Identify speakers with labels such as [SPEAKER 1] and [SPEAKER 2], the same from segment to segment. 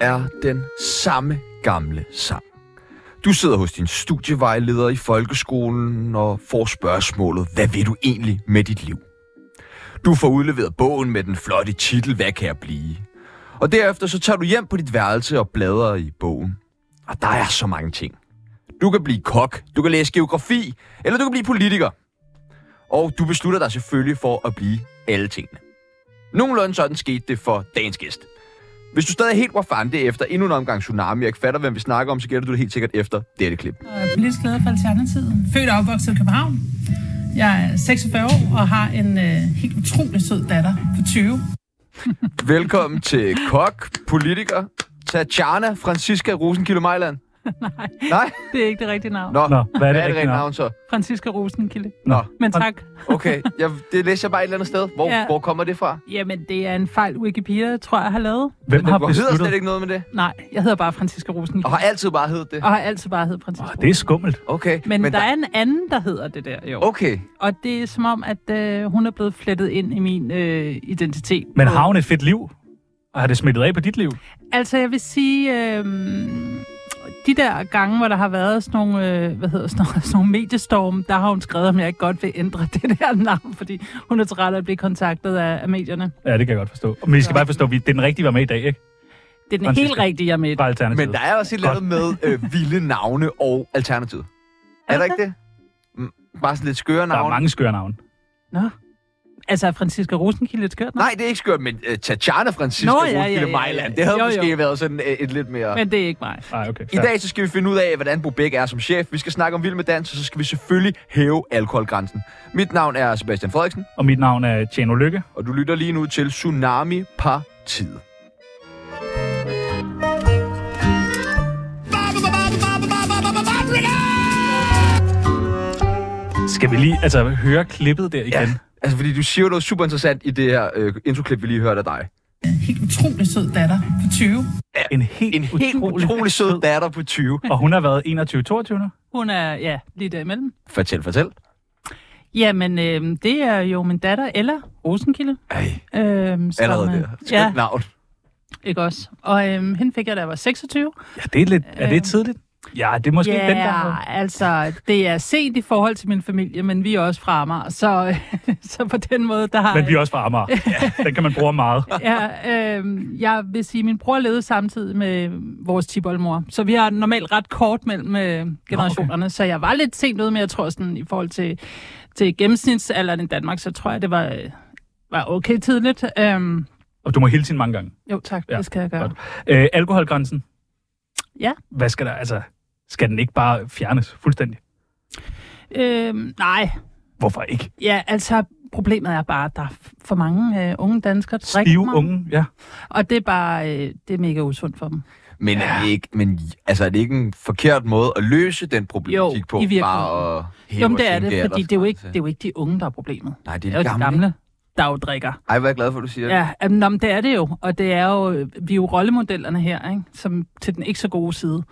[SPEAKER 1] er den samme gamle sang. Du sidder hos din studievejleder i folkeskolen og får spørgsmålet, hvad vil du egentlig med dit liv? Du får udleveret bogen med den flotte titel, hvad kan jeg blive? Og derefter så tager du hjem på dit værelse og bladrer i bogen. Og der er så mange ting. Du kan blive kok, du kan læse geografi, eller du kan blive politiker. Og du beslutter dig selvfølgelig for at blive alle tingene. Nogenlunde sådan skete det for dagens gæst. Hvis du stadig helt var fande efter endnu en omgang tsunami, og ikke fatter, hvem vi snakker om, så gætter du det helt sikkert efter dette klip.
[SPEAKER 2] og er politisk leder for Alternativet. Født og opvokset i København. Jeg er 46 år og har en øh, helt utrolig sød datter på 20.
[SPEAKER 1] Velkommen til kok, politiker, Tatjana Francisca Rosenkilde Mejland. Nej. Nej?
[SPEAKER 2] Det er ikke det rigtige navn.
[SPEAKER 1] Nå,
[SPEAKER 3] Nå, hvad er
[SPEAKER 1] hvad
[SPEAKER 3] det
[SPEAKER 1] er det
[SPEAKER 3] rigtige
[SPEAKER 1] rent
[SPEAKER 3] navn?
[SPEAKER 1] navn så?
[SPEAKER 2] Franziska Rosenkilde.
[SPEAKER 1] Nå,
[SPEAKER 2] Men tak.
[SPEAKER 1] okay. Jeg, det læser jeg bare et eller andet sted. Hvor, ja.
[SPEAKER 2] Ja.
[SPEAKER 1] hvor kommer det fra?
[SPEAKER 2] Jamen, det er en fejl Wikipedia, tror jeg, har lavet.
[SPEAKER 3] Hvem har
[SPEAKER 1] Hvor hedder
[SPEAKER 3] besluttet?
[SPEAKER 1] slet ikke noget med det?
[SPEAKER 2] Nej, jeg hedder bare Franziska Rosenkilde.
[SPEAKER 1] Og har altid bare heddet det.
[SPEAKER 2] Og har altid bare heddet Franziska
[SPEAKER 3] Åh, Det er skummelt.
[SPEAKER 1] Okay.
[SPEAKER 2] Men, Men der, der er en anden, der hedder det der, jo.
[SPEAKER 1] Okay.
[SPEAKER 2] Og det er som om, at øh, hun er blevet flettet ind i min øh, identitet.
[SPEAKER 3] Men
[SPEAKER 2] På-
[SPEAKER 3] har hun et fedt liv? Og har det smittet af på dit liv?
[SPEAKER 2] Altså, jeg vil sige, øh, de der gange, hvor der har været sådan nogle, øh, hvad hedder, sådan nogle, sådan nogle mediestorm, der har hun skrevet, om jeg ikke godt vil ændre det der navn, fordi hun er træt af at blive kontaktet af, af medierne.
[SPEAKER 3] Ja, det kan jeg godt forstå. Men vi skal
[SPEAKER 2] Ja.
[SPEAKER 3] bare forstå, at vi- det er den rigtige, vi var med i dag, ikke?
[SPEAKER 2] Det er den
[SPEAKER 3] Francisca.
[SPEAKER 2] helt rigtige, jeg er med. i.
[SPEAKER 3] Bare alternativet.
[SPEAKER 1] Men der er også et eller andet med øh, vilde navne og alternativet. Er,
[SPEAKER 2] Er
[SPEAKER 1] der
[SPEAKER 2] der
[SPEAKER 1] ikke det? Mm, Bare sådan lidt skøre
[SPEAKER 3] der er
[SPEAKER 1] navne.
[SPEAKER 3] mange skøre navne.
[SPEAKER 2] Nå. Altså, er Franziska Rosenkilde et skørt navn?
[SPEAKER 1] Nej, det er ikke skørt, men uh, Tatjana Francisca
[SPEAKER 2] Nå,
[SPEAKER 1] Nå,
[SPEAKER 2] ja, ja, ja, ja.
[SPEAKER 1] Mejland, det havde
[SPEAKER 2] Jo, jo.
[SPEAKER 1] måske været sådan uh, et lidt mere... Men,
[SPEAKER 2] Men det er ikke mig.
[SPEAKER 3] Nej, okay.
[SPEAKER 1] I dag så skal vi finde ud af, hvordan Bo Bæk er som chef. Vi skal snakke om vild med dans, og så skal vi selvfølgelig hæve alkoholgrænsen. Mit navn er Sebastian Frederiksen,
[SPEAKER 3] Og mit navn er Tjeno Lykke.
[SPEAKER 1] og du lytter lige nu til Tsunami Partiet.
[SPEAKER 3] Skal vi lige altså, høre klippet der igen? Ja.
[SPEAKER 1] Altså, fordi du siger jo noget super interessant i det her øh, introklip, vi lige hørte af dig.
[SPEAKER 2] En helt utrolig sød datter på 20.
[SPEAKER 3] En helt,
[SPEAKER 1] En helt utrolig, utrolig sød datter på 20.
[SPEAKER 3] Og hun har været 21-22 nu?
[SPEAKER 2] Hun er, ja, lige derimellem.
[SPEAKER 1] Fortæl, fortæl.
[SPEAKER 2] Jamen, øh, det er jo min datter, Ella Rosenkilde.
[SPEAKER 1] Ej,
[SPEAKER 2] Øh, som,
[SPEAKER 1] allerede
[SPEAKER 2] øh,
[SPEAKER 1] der. Skønt
[SPEAKER 2] Ja,
[SPEAKER 1] navn.
[SPEAKER 2] ikke også. Og øh, hende fik jeg, da jeg var 26.
[SPEAKER 3] Ja, det er, lidt, er
[SPEAKER 1] Øh.
[SPEAKER 2] Øhm.
[SPEAKER 3] det tidligt? Ja, det er måske
[SPEAKER 2] ja,
[SPEAKER 3] yeah. den der.
[SPEAKER 2] altså, det er sent i forhold til min familie, men vi er også fra Amager, så, så på den måde, der har
[SPEAKER 3] Men vi er også fra Amager. Ja, den kan man bruge meget.
[SPEAKER 2] ja, øh, jeg vil sige, at min bror levede samtidig med vores tiboldmor, så vi har normalt ret kort mellem øh, generationerne, okay. så jeg var lidt sent ude, men jeg tror sådan, i forhold til, til gennemsnitsalderen i Danmark, så tror jeg, det var, øh, var okay tidligt. Øhm,
[SPEAKER 3] Og du må hilse hende mange gange.
[SPEAKER 2] jo tak,
[SPEAKER 3] Ja,
[SPEAKER 2] det skal jeg gøre.
[SPEAKER 3] godt. Øh, alkoholgrænsen.
[SPEAKER 2] Ja.
[SPEAKER 3] Hvad skal der, altså, skal den ikke bare fjernes fuldstændig?
[SPEAKER 2] Øhm, nej,
[SPEAKER 3] Hvorfor ikke?
[SPEAKER 2] ja, altså problemet er bare, at der er for mange øh, unge danskere, der drikker
[SPEAKER 3] Stive
[SPEAKER 2] meget.
[SPEAKER 3] unge, ja.
[SPEAKER 2] Og det er bare, øh, det er mega usundt for dem.
[SPEAKER 1] Men, ja. er det ikke, men altså, er det ikke en forkert måde at løse den problematik
[SPEAKER 2] Jo,
[SPEAKER 1] på?
[SPEAKER 2] i virkeligheden.
[SPEAKER 1] Bare at hæve
[SPEAKER 2] Jamen det
[SPEAKER 1] og
[SPEAKER 2] er
[SPEAKER 1] sænke
[SPEAKER 2] det, fordi det er, jo ikke, det er
[SPEAKER 1] aldersgrænse?
[SPEAKER 2] jo ikke de unge, der er problemet.
[SPEAKER 1] Nej, det
[SPEAKER 2] Det
[SPEAKER 1] er,
[SPEAKER 2] er jo
[SPEAKER 1] de gamle.
[SPEAKER 2] der jo drikker.
[SPEAKER 1] Ej, hvor er jeg glad for, at du siger det.
[SPEAKER 2] Ja, jamen, nå, men det er det jo. Og det er jo, vi er jo rollemodellerne her, ikke? Som, til den ikke så gode side.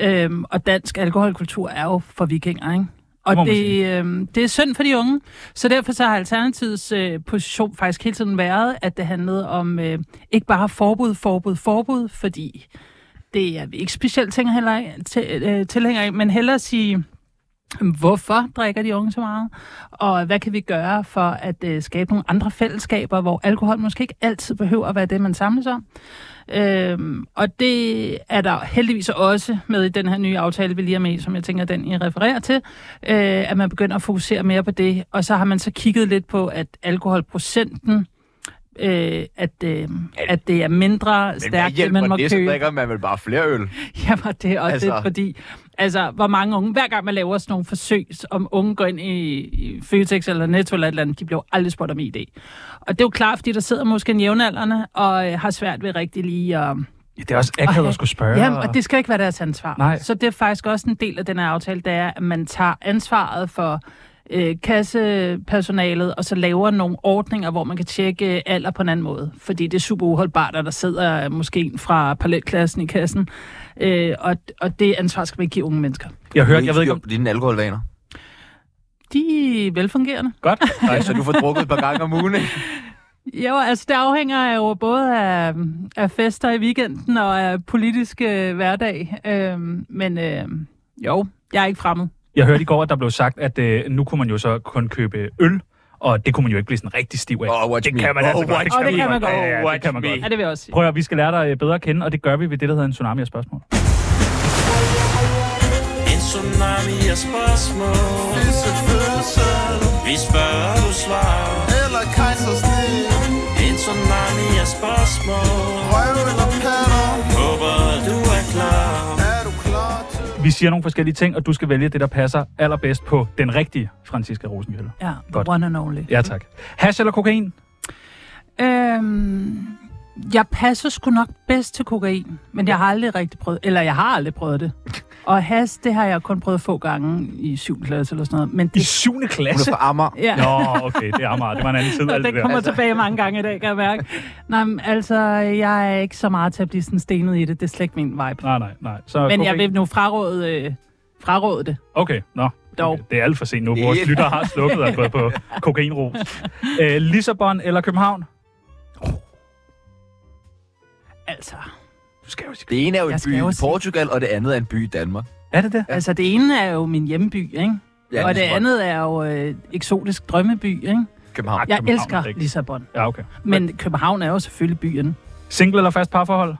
[SPEAKER 2] Øhm, og dansk alkoholkultur er jo for vikinger, ikke?
[SPEAKER 3] Det må
[SPEAKER 2] Og
[SPEAKER 3] man
[SPEAKER 2] det, øh, det er synd for de unge, så derfor så har Alternativets øh, position faktisk hele tiden været, at det handlede om øh, ikke bare forbud, forbud, forbud, fordi det er vi ikke specielt tænker heller af, til, øh, tilhængere af, men hellere sige, hvorfor drikker de unge så meget, og hvad kan vi gøre for at øh, skabe nogle andre fællesskaber, hvor alkohol måske ikke altid behøver at være det, man samles om. Øhm, og det er der heldigvis også med i den her nye aftale, vi lige er med, i, som jeg tænker, den I refererer til, øh, at man begynder at fokusere mere på det. Og så har man så kigget lidt på, at alkoholprocenten, øh, at, øh, at det er mindre
[SPEAKER 1] Men hvad
[SPEAKER 2] stærkt, end
[SPEAKER 1] hjælper
[SPEAKER 2] man må
[SPEAKER 1] det, så
[SPEAKER 2] købe.
[SPEAKER 1] drikker man vel bare flere øl?
[SPEAKER 2] Jamen, det er
[SPEAKER 1] Altså-
[SPEAKER 2] også altså... lidt fordi, altså, hvor mange unge, hver gang man laver sådan nogle forsøg, om unge går ind i, i Føtex eller Netto eller et eller andet, de bliver jo aldrig spurgt om ID. Og det er jo klart, fordi der sidder måske en jævnaldrende, og øh, har svært ved rigtig lige at...
[SPEAKER 3] ja det er også akavet at skulle spørge.
[SPEAKER 2] Jamen, og det skal ikke være deres ansvar.
[SPEAKER 3] Nej.
[SPEAKER 2] Så det er faktisk også en del af den her aftale, det er, at man tager ansvaret for øh, kassepersonalet, og så laver nogle ordninger, hvor man kan tjekke øh, alder på en anden måde. Fordi det er super uholdbart, at der sidder øh, måske en fra parallelklassen i kassen, øh, og, og det ansvar skal man ikke give unge mennesker.
[SPEAKER 3] Jeg hørte, jeg ved ikke om...
[SPEAKER 1] om dine alkoholvaner.
[SPEAKER 2] De er velfungerende.
[SPEAKER 3] Godt.
[SPEAKER 1] Nej, så du får drukket et par gange om ugen, ikke?
[SPEAKER 2] Jo, altså det afhænger jo både af, af fester i weekenden og af politisk øh, hverdag. Øhm, men øh, jo, jeg er ikke fremmed.
[SPEAKER 3] Jeg hørte i går, at der blev sagt, at øh, nu kunne man jo så kun købe øl, og det kunne man jo ikke blive sådan rigtig stiv af.
[SPEAKER 1] Oh, watch
[SPEAKER 3] det
[SPEAKER 1] me.
[SPEAKER 3] kan man
[SPEAKER 1] Oh,
[SPEAKER 3] altså godt.
[SPEAKER 1] watch
[SPEAKER 2] Åh, det
[SPEAKER 1] me.
[SPEAKER 2] kan man godt.
[SPEAKER 3] Ja, ja, ja,
[SPEAKER 1] Oh,
[SPEAKER 3] det kan man
[SPEAKER 1] watch
[SPEAKER 3] godt.
[SPEAKER 2] Ja, det vil jeg også sige.
[SPEAKER 3] Prøv at høre, vi skal lære dig øh, bedre at kende, og det gør vi ved det, der hedder en tsunami af spørgsmål.
[SPEAKER 4] En tsunami af spørgsmål
[SPEAKER 5] Vincent Fødsel
[SPEAKER 4] Vi spørger, du svarer
[SPEAKER 5] eller kejsersnit
[SPEAKER 4] En tsunami af spørgsmål
[SPEAKER 5] Røv eller patter
[SPEAKER 4] Håber, du er klar
[SPEAKER 5] Er du klar til
[SPEAKER 3] Vi siger nogle forskellige ting, og du skal vælge det, der passer allerbedst på den rigtige Franziska Rosenhjølle.
[SPEAKER 2] Ja,
[SPEAKER 3] Godt.
[SPEAKER 2] Godt. one and only.
[SPEAKER 3] Ja, tak. Hash eller kokain?
[SPEAKER 2] Øhm, jeg passer sgu nok bedst til kokain, men jeg har aldrig rigtig prøvet, eller jeg har aldrig prøvet det. Og has, det har jeg kun prøvet få gange i 7. klasse eller sådan noget. Men
[SPEAKER 3] I
[SPEAKER 2] det,
[SPEAKER 3] 7.
[SPEAKER 1] Hun
[SPEAKER 3] klasse?
[SPEAKER 1] er fra Amager.
[SPEAKER 2] ja.
[SPEAKER 3] Nå, okay, det er Amager. Det var en anden tid.
[SPEAKER 2] Og
[SPEAKER 3] alt
[SPEAKER 2] den
[SPEAKER 3] der.
[SPEAKER 2] kommer tilbage mange gange i dag, kan jeg mærke. Nej, men altså, jeg er ikke så meget til at blive sådan stenet i det. Det er slet ikke min vibe.
[SPEAKER 3] Nej, nej, nej. Så
[SPEAKER 2] Men
[SPEAKER 3] kokain.
[SPEAKER 2] jeg vil nu fraråde, øh, fraråde det.
[SPEAKER 3] Okay, nå.
[SPEAKER 2] Dog.
[SPEAKER 3] Okay, Det er alt for sent nu.
[SPEAKER 1] Det er
[SPEAKER 3] Vores
[SPEAKER 1] ikke-
[SPEAKER 3] lytter har slukket og gået på kokainros. Æ, Lissabon eller København?
[SPEAKER 2] Altså,
[SPEAKER 3] Du skal jo sige-
[SPEAKER 1] Det ene er jo en
[SPEAKER 2] Jeg skal
[SPEAKER 1] by
[SPEAKER 2] jo
[SPEAKER 1] i
[SPEAKER 2] sige-
[SPEAKER 1] Portugal, og det andet er en by i Danmark.
[SPEAKER 3] Er det det?
[SPEAKER 2] ja. altså det ene er jo min hjemby, ikke?
[SPEAKER 1] Ja,
[SPEAKER 2] og det
[SPEAKER 1] Lissabon.
[SPEAKER 2] andet er jo øh, eksotisk drømmeby, ikke?
[SPEAKER 1] København.
[SPEAKER 2] Jeg
[SPEAKER 3] København,
[SPEAKER 2] elsker
[SPEAKER 3] ikke?
[SPEAKER 2] Lissabon.
[SPEAKER 3] Ja, okay.
[SPEAKER 2] Men København er jo selvfølgelig byen.
[SPEAKER 3] Single eller fast parforhold?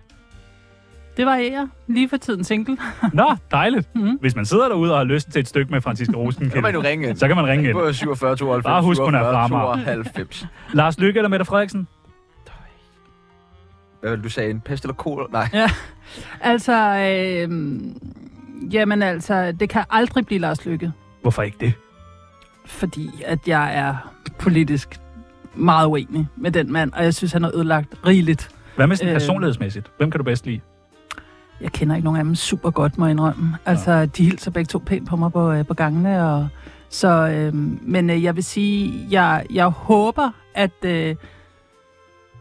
[SPEAKER 2] Det var jeg lige for tiden single.
[SPEAKER 3] Nå, dejligt.
[SPEAKER 2] Mhm.
[SPEAKER 3] Hvis man sidder derude og har lyst til et stykke med Franziska
[SPEAKER 1] Så kan man
[SPEAKER 3] Rosenkilde,
[SPEAKER 1] jo ringe ind.
[SPEAKER 3] så kan man ringe ind.
[SPEAKER 1] På 47 92.
[SPEAKER 3] Bare husk, hun er fra Amager.
[SPEAKER 1] 92.
[SPEAKER 3] Lars Lykke eller Mette Frederiksen?
[SPEAKER 1] Hvad var det, du sagde? En pest eller kol? Nej.
[SPEAKER 2] Altså, øh, jamen altså, det kan aldrig blive Lars Lykke,
[SPEAKER 3] Hvorfor ikke det?
[SPEAKER 2] fordi at jeg er politisk meget uenig med den mand, og jeg synes, han har ødelagt rigeligt.
[SPEAKER 3] Hvad med sådan
[SPEAKER 2] Øh.
[SPEAKER 3] personlighedsmæssigt? Hvem kan du bedst lide?
[SPEAKER 2] Jeg kender ikke nogen af dem super godt, må jeg indrømme. Altså, ja. de hilser begge to pænt på mig på, øh, på gangene. Og, så, øh, men øh, jeg vil sige, jeg, jeg håber, at... Øh,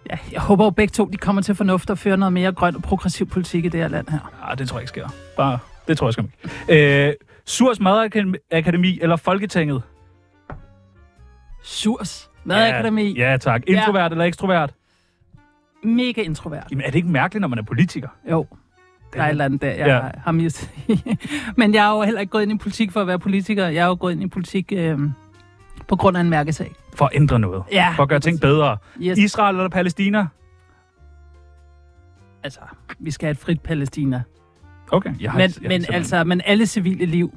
[SPEAKER 2] ja, jeg håber jo begge to, de kommer til fornuft og fører noget mere grøn og progressiv politik i det her land her.
[SPEAKER 3] Nej, Ah, det tror jeg ikke sker. Bare, det tror jeg skam ikke. Øh, Surs Madakademi eller Folketinget?
[SPEAKER 2] Surs. Madakademi. Ja.
[SPEAKER 3] Ja, ja tak. Introvert eller ekstrovert?
[SPEAKER 2] Mega introvert.
[SPEAKER 3] Jamen, er det ikke mærkeligt, når man er politiker?
[SPEAKER 2] Jo. Der er et eller andet der, jeg
[SPEAKER 3] Ja.
[SPEAKER 2] ja. har mistet. men jeg er jo heller ikke gået ind i politik for at være politiker. Jeg er jo gået ind i politik øh, på grund af en mærkesag.
[SPEAKER 3] For at ændre noget.
[SPEAKER 2] Ja.
[SPEAKER 3] For at gøre ting bedre.
[SPEAKER 2] Yes.
[SPEAKER 3] Israel eller Palæstina?
[SPEAKER 2] Altså, vi skal have et frit Palæstina.
[SPEAKER 3] Okay, jeg har
[SPEAKER 2] Men,
[SPEAKER 3] jeg har
[SPEAKER 2] men
[SPEAKER 3] simpelthen-
[SPEAKER 2] altså, men alle civile liv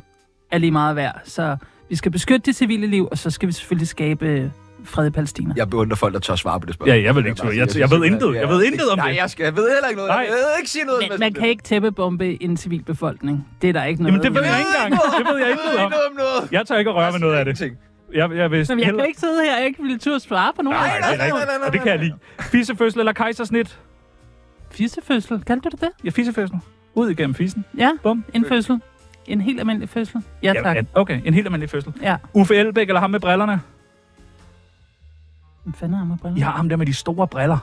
[SPEAKER 2] er lige meget værd. Så vi skal beskytte det civile liv, og så skal vi selvfølgelig skabe øh, fred i Palæstina.
[SPEAKER 1] Jeg beundrer folk, der tør svare på det spørgsmål.
[SPEAKER 3] Ja, jeg vil ikke tro. Jeg, jeg ved intet. Jeg ved intet om
[SPEAKER 1] Nej,
[SPEAKER 3] det.
[SPEAKER 1] jeg, skal, jeg ved heller ikke noget.
[SPEAKER 3] Nej.
[SPEAKER 1] Jeg ved ikke sige noget.
[SPEAKER 2] Men man kan ikke tæppebombe en civil befolkning. Det er der ikke noget
[SPEAKER 3] Jamen, det ved
[SPEAKER 2] ved.
[SPEAKER 3] jeg ikke engang. Det ved jeg
[SPEAKER 1] Jeg ved
[SPEAKER 3] intet om.
[SPEAKER 1] ikke noget om noget.
[SPEAKER 3] Jeg tør ikke at røre ved noget af det.
[SPEAKER 1] Ingenting.
[SPEAKER 3] Jeg, jeg vil
[SPEAKER 2] Jamen, jeg
[SPEAKER 3] hellere-
[SPEAKER 2] kan ikke sidde her og ikke ville turde svare på nogen.
[SPEAKER 3] Nej,
[SPEAKER 2] Nej,
[SPEAKER 3] det er
[SPEAKER 1] nej, nej,
[SPEAKER 3] rigtigt,
[SPEAKER 1] nej, nej,
[SPEAKER 3] og det kan jeg
[SPEAKER 1] nej.
[SPEAKER 3] lide. Fissefødsel eller kejsersnit?
[SPEAKER 2] Fissefødsel, kaldte du det det?
[SPEAKER 3] Ja, fissefødsel. Ud igennem fissen.
[SPEAKER 2] Ja,
[SPEAKER 3] Bum.
[SPEAKER 2] en fødsel. En helt almindelig fødsel. Ja, tak.
[SPEAKER 3] Ja, ja, okay, en helt almindelig fødsel.
[SPEAKER 2] Ja.
[SPEAKER 3] Uffe Elbæk eller ham med brillerne?
[SPEAKER 2] Hvem fanden er med briller?
[SPEAKER 3] Ja, ham der med de store briller.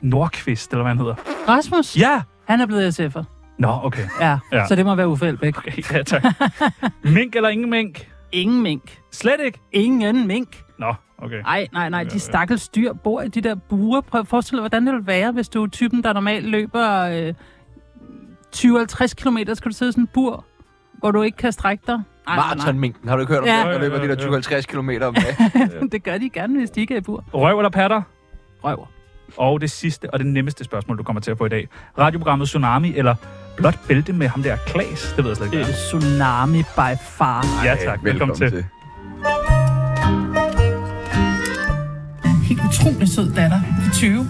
[SPEAKER 3] Nordqvist, eller hvad han hedder.
[SPEAKER 2] Rasmus,
[SPEAKER 3] Ja!
[SPEAKER 2] han er blevet SF'er.
[SPEAKER 3] Nå, okay.
[SPEAKER 2] Ja,
[SPEAKER 3] Ja.
[SPEAKER 2] ja, så det må være Uffe Elbæk.
[SPEAKER 3] Okay, ja, tak. mink eller ingen mink?
[SPEAKER 2] Ingen mink.
[SPEAKER 3] Slet ikke.
[SPEAKER 2] Ingen mink.
[SPEAKER 3] Nå, okay.
[SPEAKER 2] Nej, nej, nej.
[SPEAKER 3] Ja, ja.
[SPEAKER 2] De stakkels dyr bor i de der buer. Prøv at forestille dig, hvordan det ville være, hvis du er typen, der normalt løber øh, 20-50 km, skal du sidde i sådan en bur, hvor du ikke kan strække dig. Nej, nej,
[SPEAKER 1] Maratonminken, har du ikke hørt om
[SPEAKER 2] Ja.
[SPEAKER 1] det? Der løber de
[SPEAKER 3] Ja,
[SPEAKER 1] der
[SPEAKER 3] ja, ja.
[SPEAKER 1] 20-50 km om dagen.
[SPEAKER 2] nej. Det gør de gerne, hvis de ikke er i bur.
[SPEAKER 3] Røv eller patter?
[SPEAKER 2] Røver.
[SPEAKER 3] Og det sidste og det nemmeste spørgsmål, du kommer til at få i dag. Radioprogrammet Tsunami eller blot bælte med ham der Klaas? Det ved jeg slet ikke.
[SPEAKER 2] Øh,
[SPEAKER 3] hvad er.
[SPEAKER 2] tsunami by far.
[SPEAKER 3] Ja, tak. Velkommen til.
[SPEAKER 2] Helt utrolig sød datter. 20.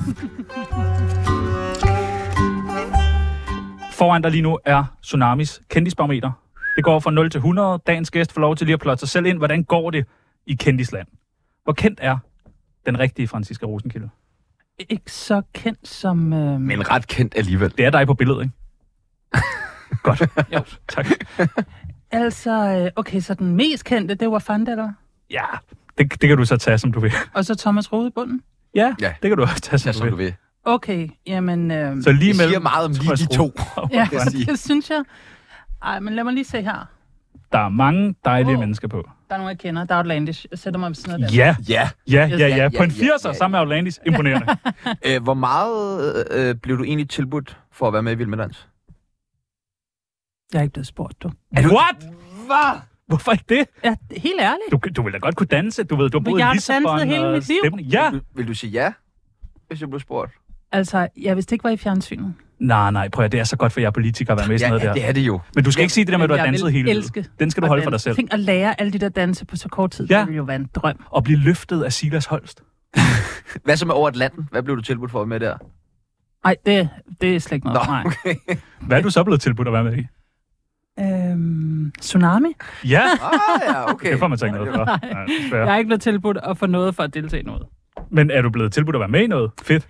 [SPEAKER 3] Foran dig lige nu er Tsunamis kendisbarometer. Det går fra 0 til 100. Dagens gæst får lov til lige at plotte sig selv ind. Hvordan går det i kendisland? Hvor kendt er den rigtige Franziska Rosenkilde?
[SPEAKER 2] Ikke så kendt som... Øh,
[SPEAKER 1] Men ret kendt alligevel.
[SPEAKER 3] Det er dig på billedet, ikke? Godt. Jo, tak.
[SPEAKER 2] Altså, øh, okay, så den mest kendte, det var Fandel,
[SPEAKER 3] Ja, det, det kan du så tage, som du vil.
[SPEAKER 2] og så Thomas Rode i bunden.
[SPEAKER 3] Ja,
[SPEAKER 1] Ja.
[SPEAKER 3] det kan du også tage, som,
[SPEAKER 1] Ja,
[SPEAKER 3] du,
[SPEAKER 1] som
[SPEAKER 3] vil.
[SPEAKER 1] du vil.
[SPEAKER 2] Okay, jamen... Øh,
[SPEAKER 3] Så lige
[SPEAKER 1] Det
[SPEAKER 3] mellem
[SPEAKER 1] siger meget om lige de to.
[SPEAKER 2] Ja,
[SPEAKER 1] jeg sige.
[SPEAKER 2] det synes jeg. Ej, men lad mig lige se her.
[SPEAKER 3] Der er mange dejlige
[SPEAKER 2] Wow.
[SPEAKER 3] wow. mennesker på.
[SPEAKER 2] Der er nogen, jeg kender. Der er Outlandish. Jeg sætter mig ved siden af den.
[SPEAKER 3] Ja,
[SPEAKER 1] Ja.
[SPEAKER 3] ja, ja,
[SPEAKER 1] Ja,
[SPEAKER 3] ja. På en
[SPEAKER 1] ja,
[SPEAKER 3] 80'er
[SPEAKER 1] ja, ja.
[SPEAKER 3] sammen med Outlandis. Imponerende.
[SPEAKER 1] Øh, hvor meget øh, blev du egentlig tilbudt for at være med i Vild med Dans?
[SPEAKER 2] Jeg er ikke blevet spurgt, du.
[SPEAKER 3] What?
[SPEAKER 1] Hvad?
[SPEAKER 3] Hvorfor ikke det?
[SPEAKER 2] Ja, helt ærligt.
[SPEAKER 3] Du, du ville da godt kunne danse. Du ved, du har
[SPEAKER 2] Men
[SPEAKER 3] boet i
[SPEAKER 2] jeg har
[SPEAKER 3] Lissabon.
[SPEAKER 2] danset hele
[SPEAKER 3] og
[SPEAKER 2] mit liv.
[SPEAKER 3] Stephen- Ja.
[SPEAKER 1] Vil, vil du sige ja, hvis jeg blev spurgt?
[SPEAKER 2] Altså, jeg vidste ikke, var i fjernsynet.
[SPEAKER 3] Nej, nej, prøv at det er så godt for jer politikere at være med i sådan noget
[SPEAKER 1] ja,
[SPEAKER 3] der.
[SPEAKER 1] det er det jo.
[SPEAKER 3] Men du skal ikke sige det der med, at du
[SPEAKER 2] Men
[SPEAKER 3] har
[SPEAKER 2] jeg
[SPEAKER 3] danset
[SPEAKER 2] vil
[SPEAKER 3] hele
[SPEAKER 2] elske
[SPEAKER 3] livet. Den skal du
[SPEAKER 2] Og
[SPEAKER 3] holde for dig
[SPEAKER 2] danse.
[SPEAKER 3] selv.
[SPEAKER 2] Tænk at lære alle de der danse på så kort tid.
[SPEAKER 3] Ja.
[SPEAKER 2] Det ville jo være en drøm.
[SPEAKER 3] Og blive løftet af Silas Holst.
[SPEAKER 1] Hvad så med over Atlanten? Hvad blev du tilbudt for at være med der?
[SPEAKER 2] Nej, det, det er slet ikke noget.
[SPEAKER 1] Nå,
[SPEAKER 2] for mig.
[SPEAKER 1] okay.
[SPEAKER 3] Hvad er du så blevet tilbudt at være med i?
[SPEAKER 2] Øhm, tsunami?
[SPEAKER 3] Ja,
[SPEAKER 1] Ah, ja, okay.
[SPEAKER 3] det får man så ikke noget for. Nej,
[SPEAKER 2] Ja. Jeg
[SPEAKER 3] desværre.
[SPEAKER 2] er ikke blevet tilbudt at få noget for at deltage i noget.
[SPEAKER 3] Men er du blevet tilbudt at være med i noget? Fedt.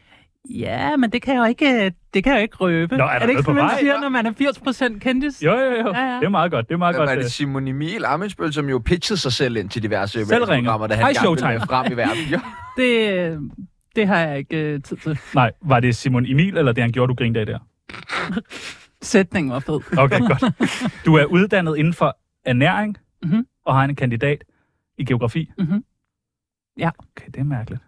[SPEAKER 2] Ja, men det kan jeg jo ikke, det kan jeg jo ikke røbe.
[SPEAKER 3] Nå, er der
[SPEAKER 2] det ikke,
[SPEAKER 3] noget på
[SPEAKER 2] man
[SPEAKER 3] vej?
[SPEAKER 2] siger, når man er 80% kendis?
[SPEAKER 3] Jo, jo, jo.
[SPEAKER 2] Ja, ja.
[SPEAKER 3] Det er meget godt. Det er meget
[SPEAKER 1] Hvad
[SPEAKER 3] godt.
[SPEAKER 1] var
[SPEAKER 3] øh,
[SPEAKER 1] det Simon Emil Amensbøl, som jo pitchede sig selv ind til diverse
[SPEAKER 3] ringer.
[SPEAKER 1] programmer, da han
[SPEAKER 3] Hej,
[SPEAKER 1] gerne ville
[SPEAKER 3] Showtime.
[SPEAKER 1] være frem i verden. Jo.
[SPEAKER 2] Det, det har jeg ikke øh, tid til.
[SPEAKER 3] Nej, var det Simon Emil, eller det han gjorde, du grinede af der?
[SPEAKER 2] Sætningen var fed.
[SPEAKER 3] Okay, godt. Du er uddannet inden for ernæring,
[SPEAKER 2] Mhm.
[SPEAKER 3] og har en kandidat i geografi.
[SPEAKER 2] Mhm. Ja.
[SPEAKER 3] Okay, det er mærkeligt.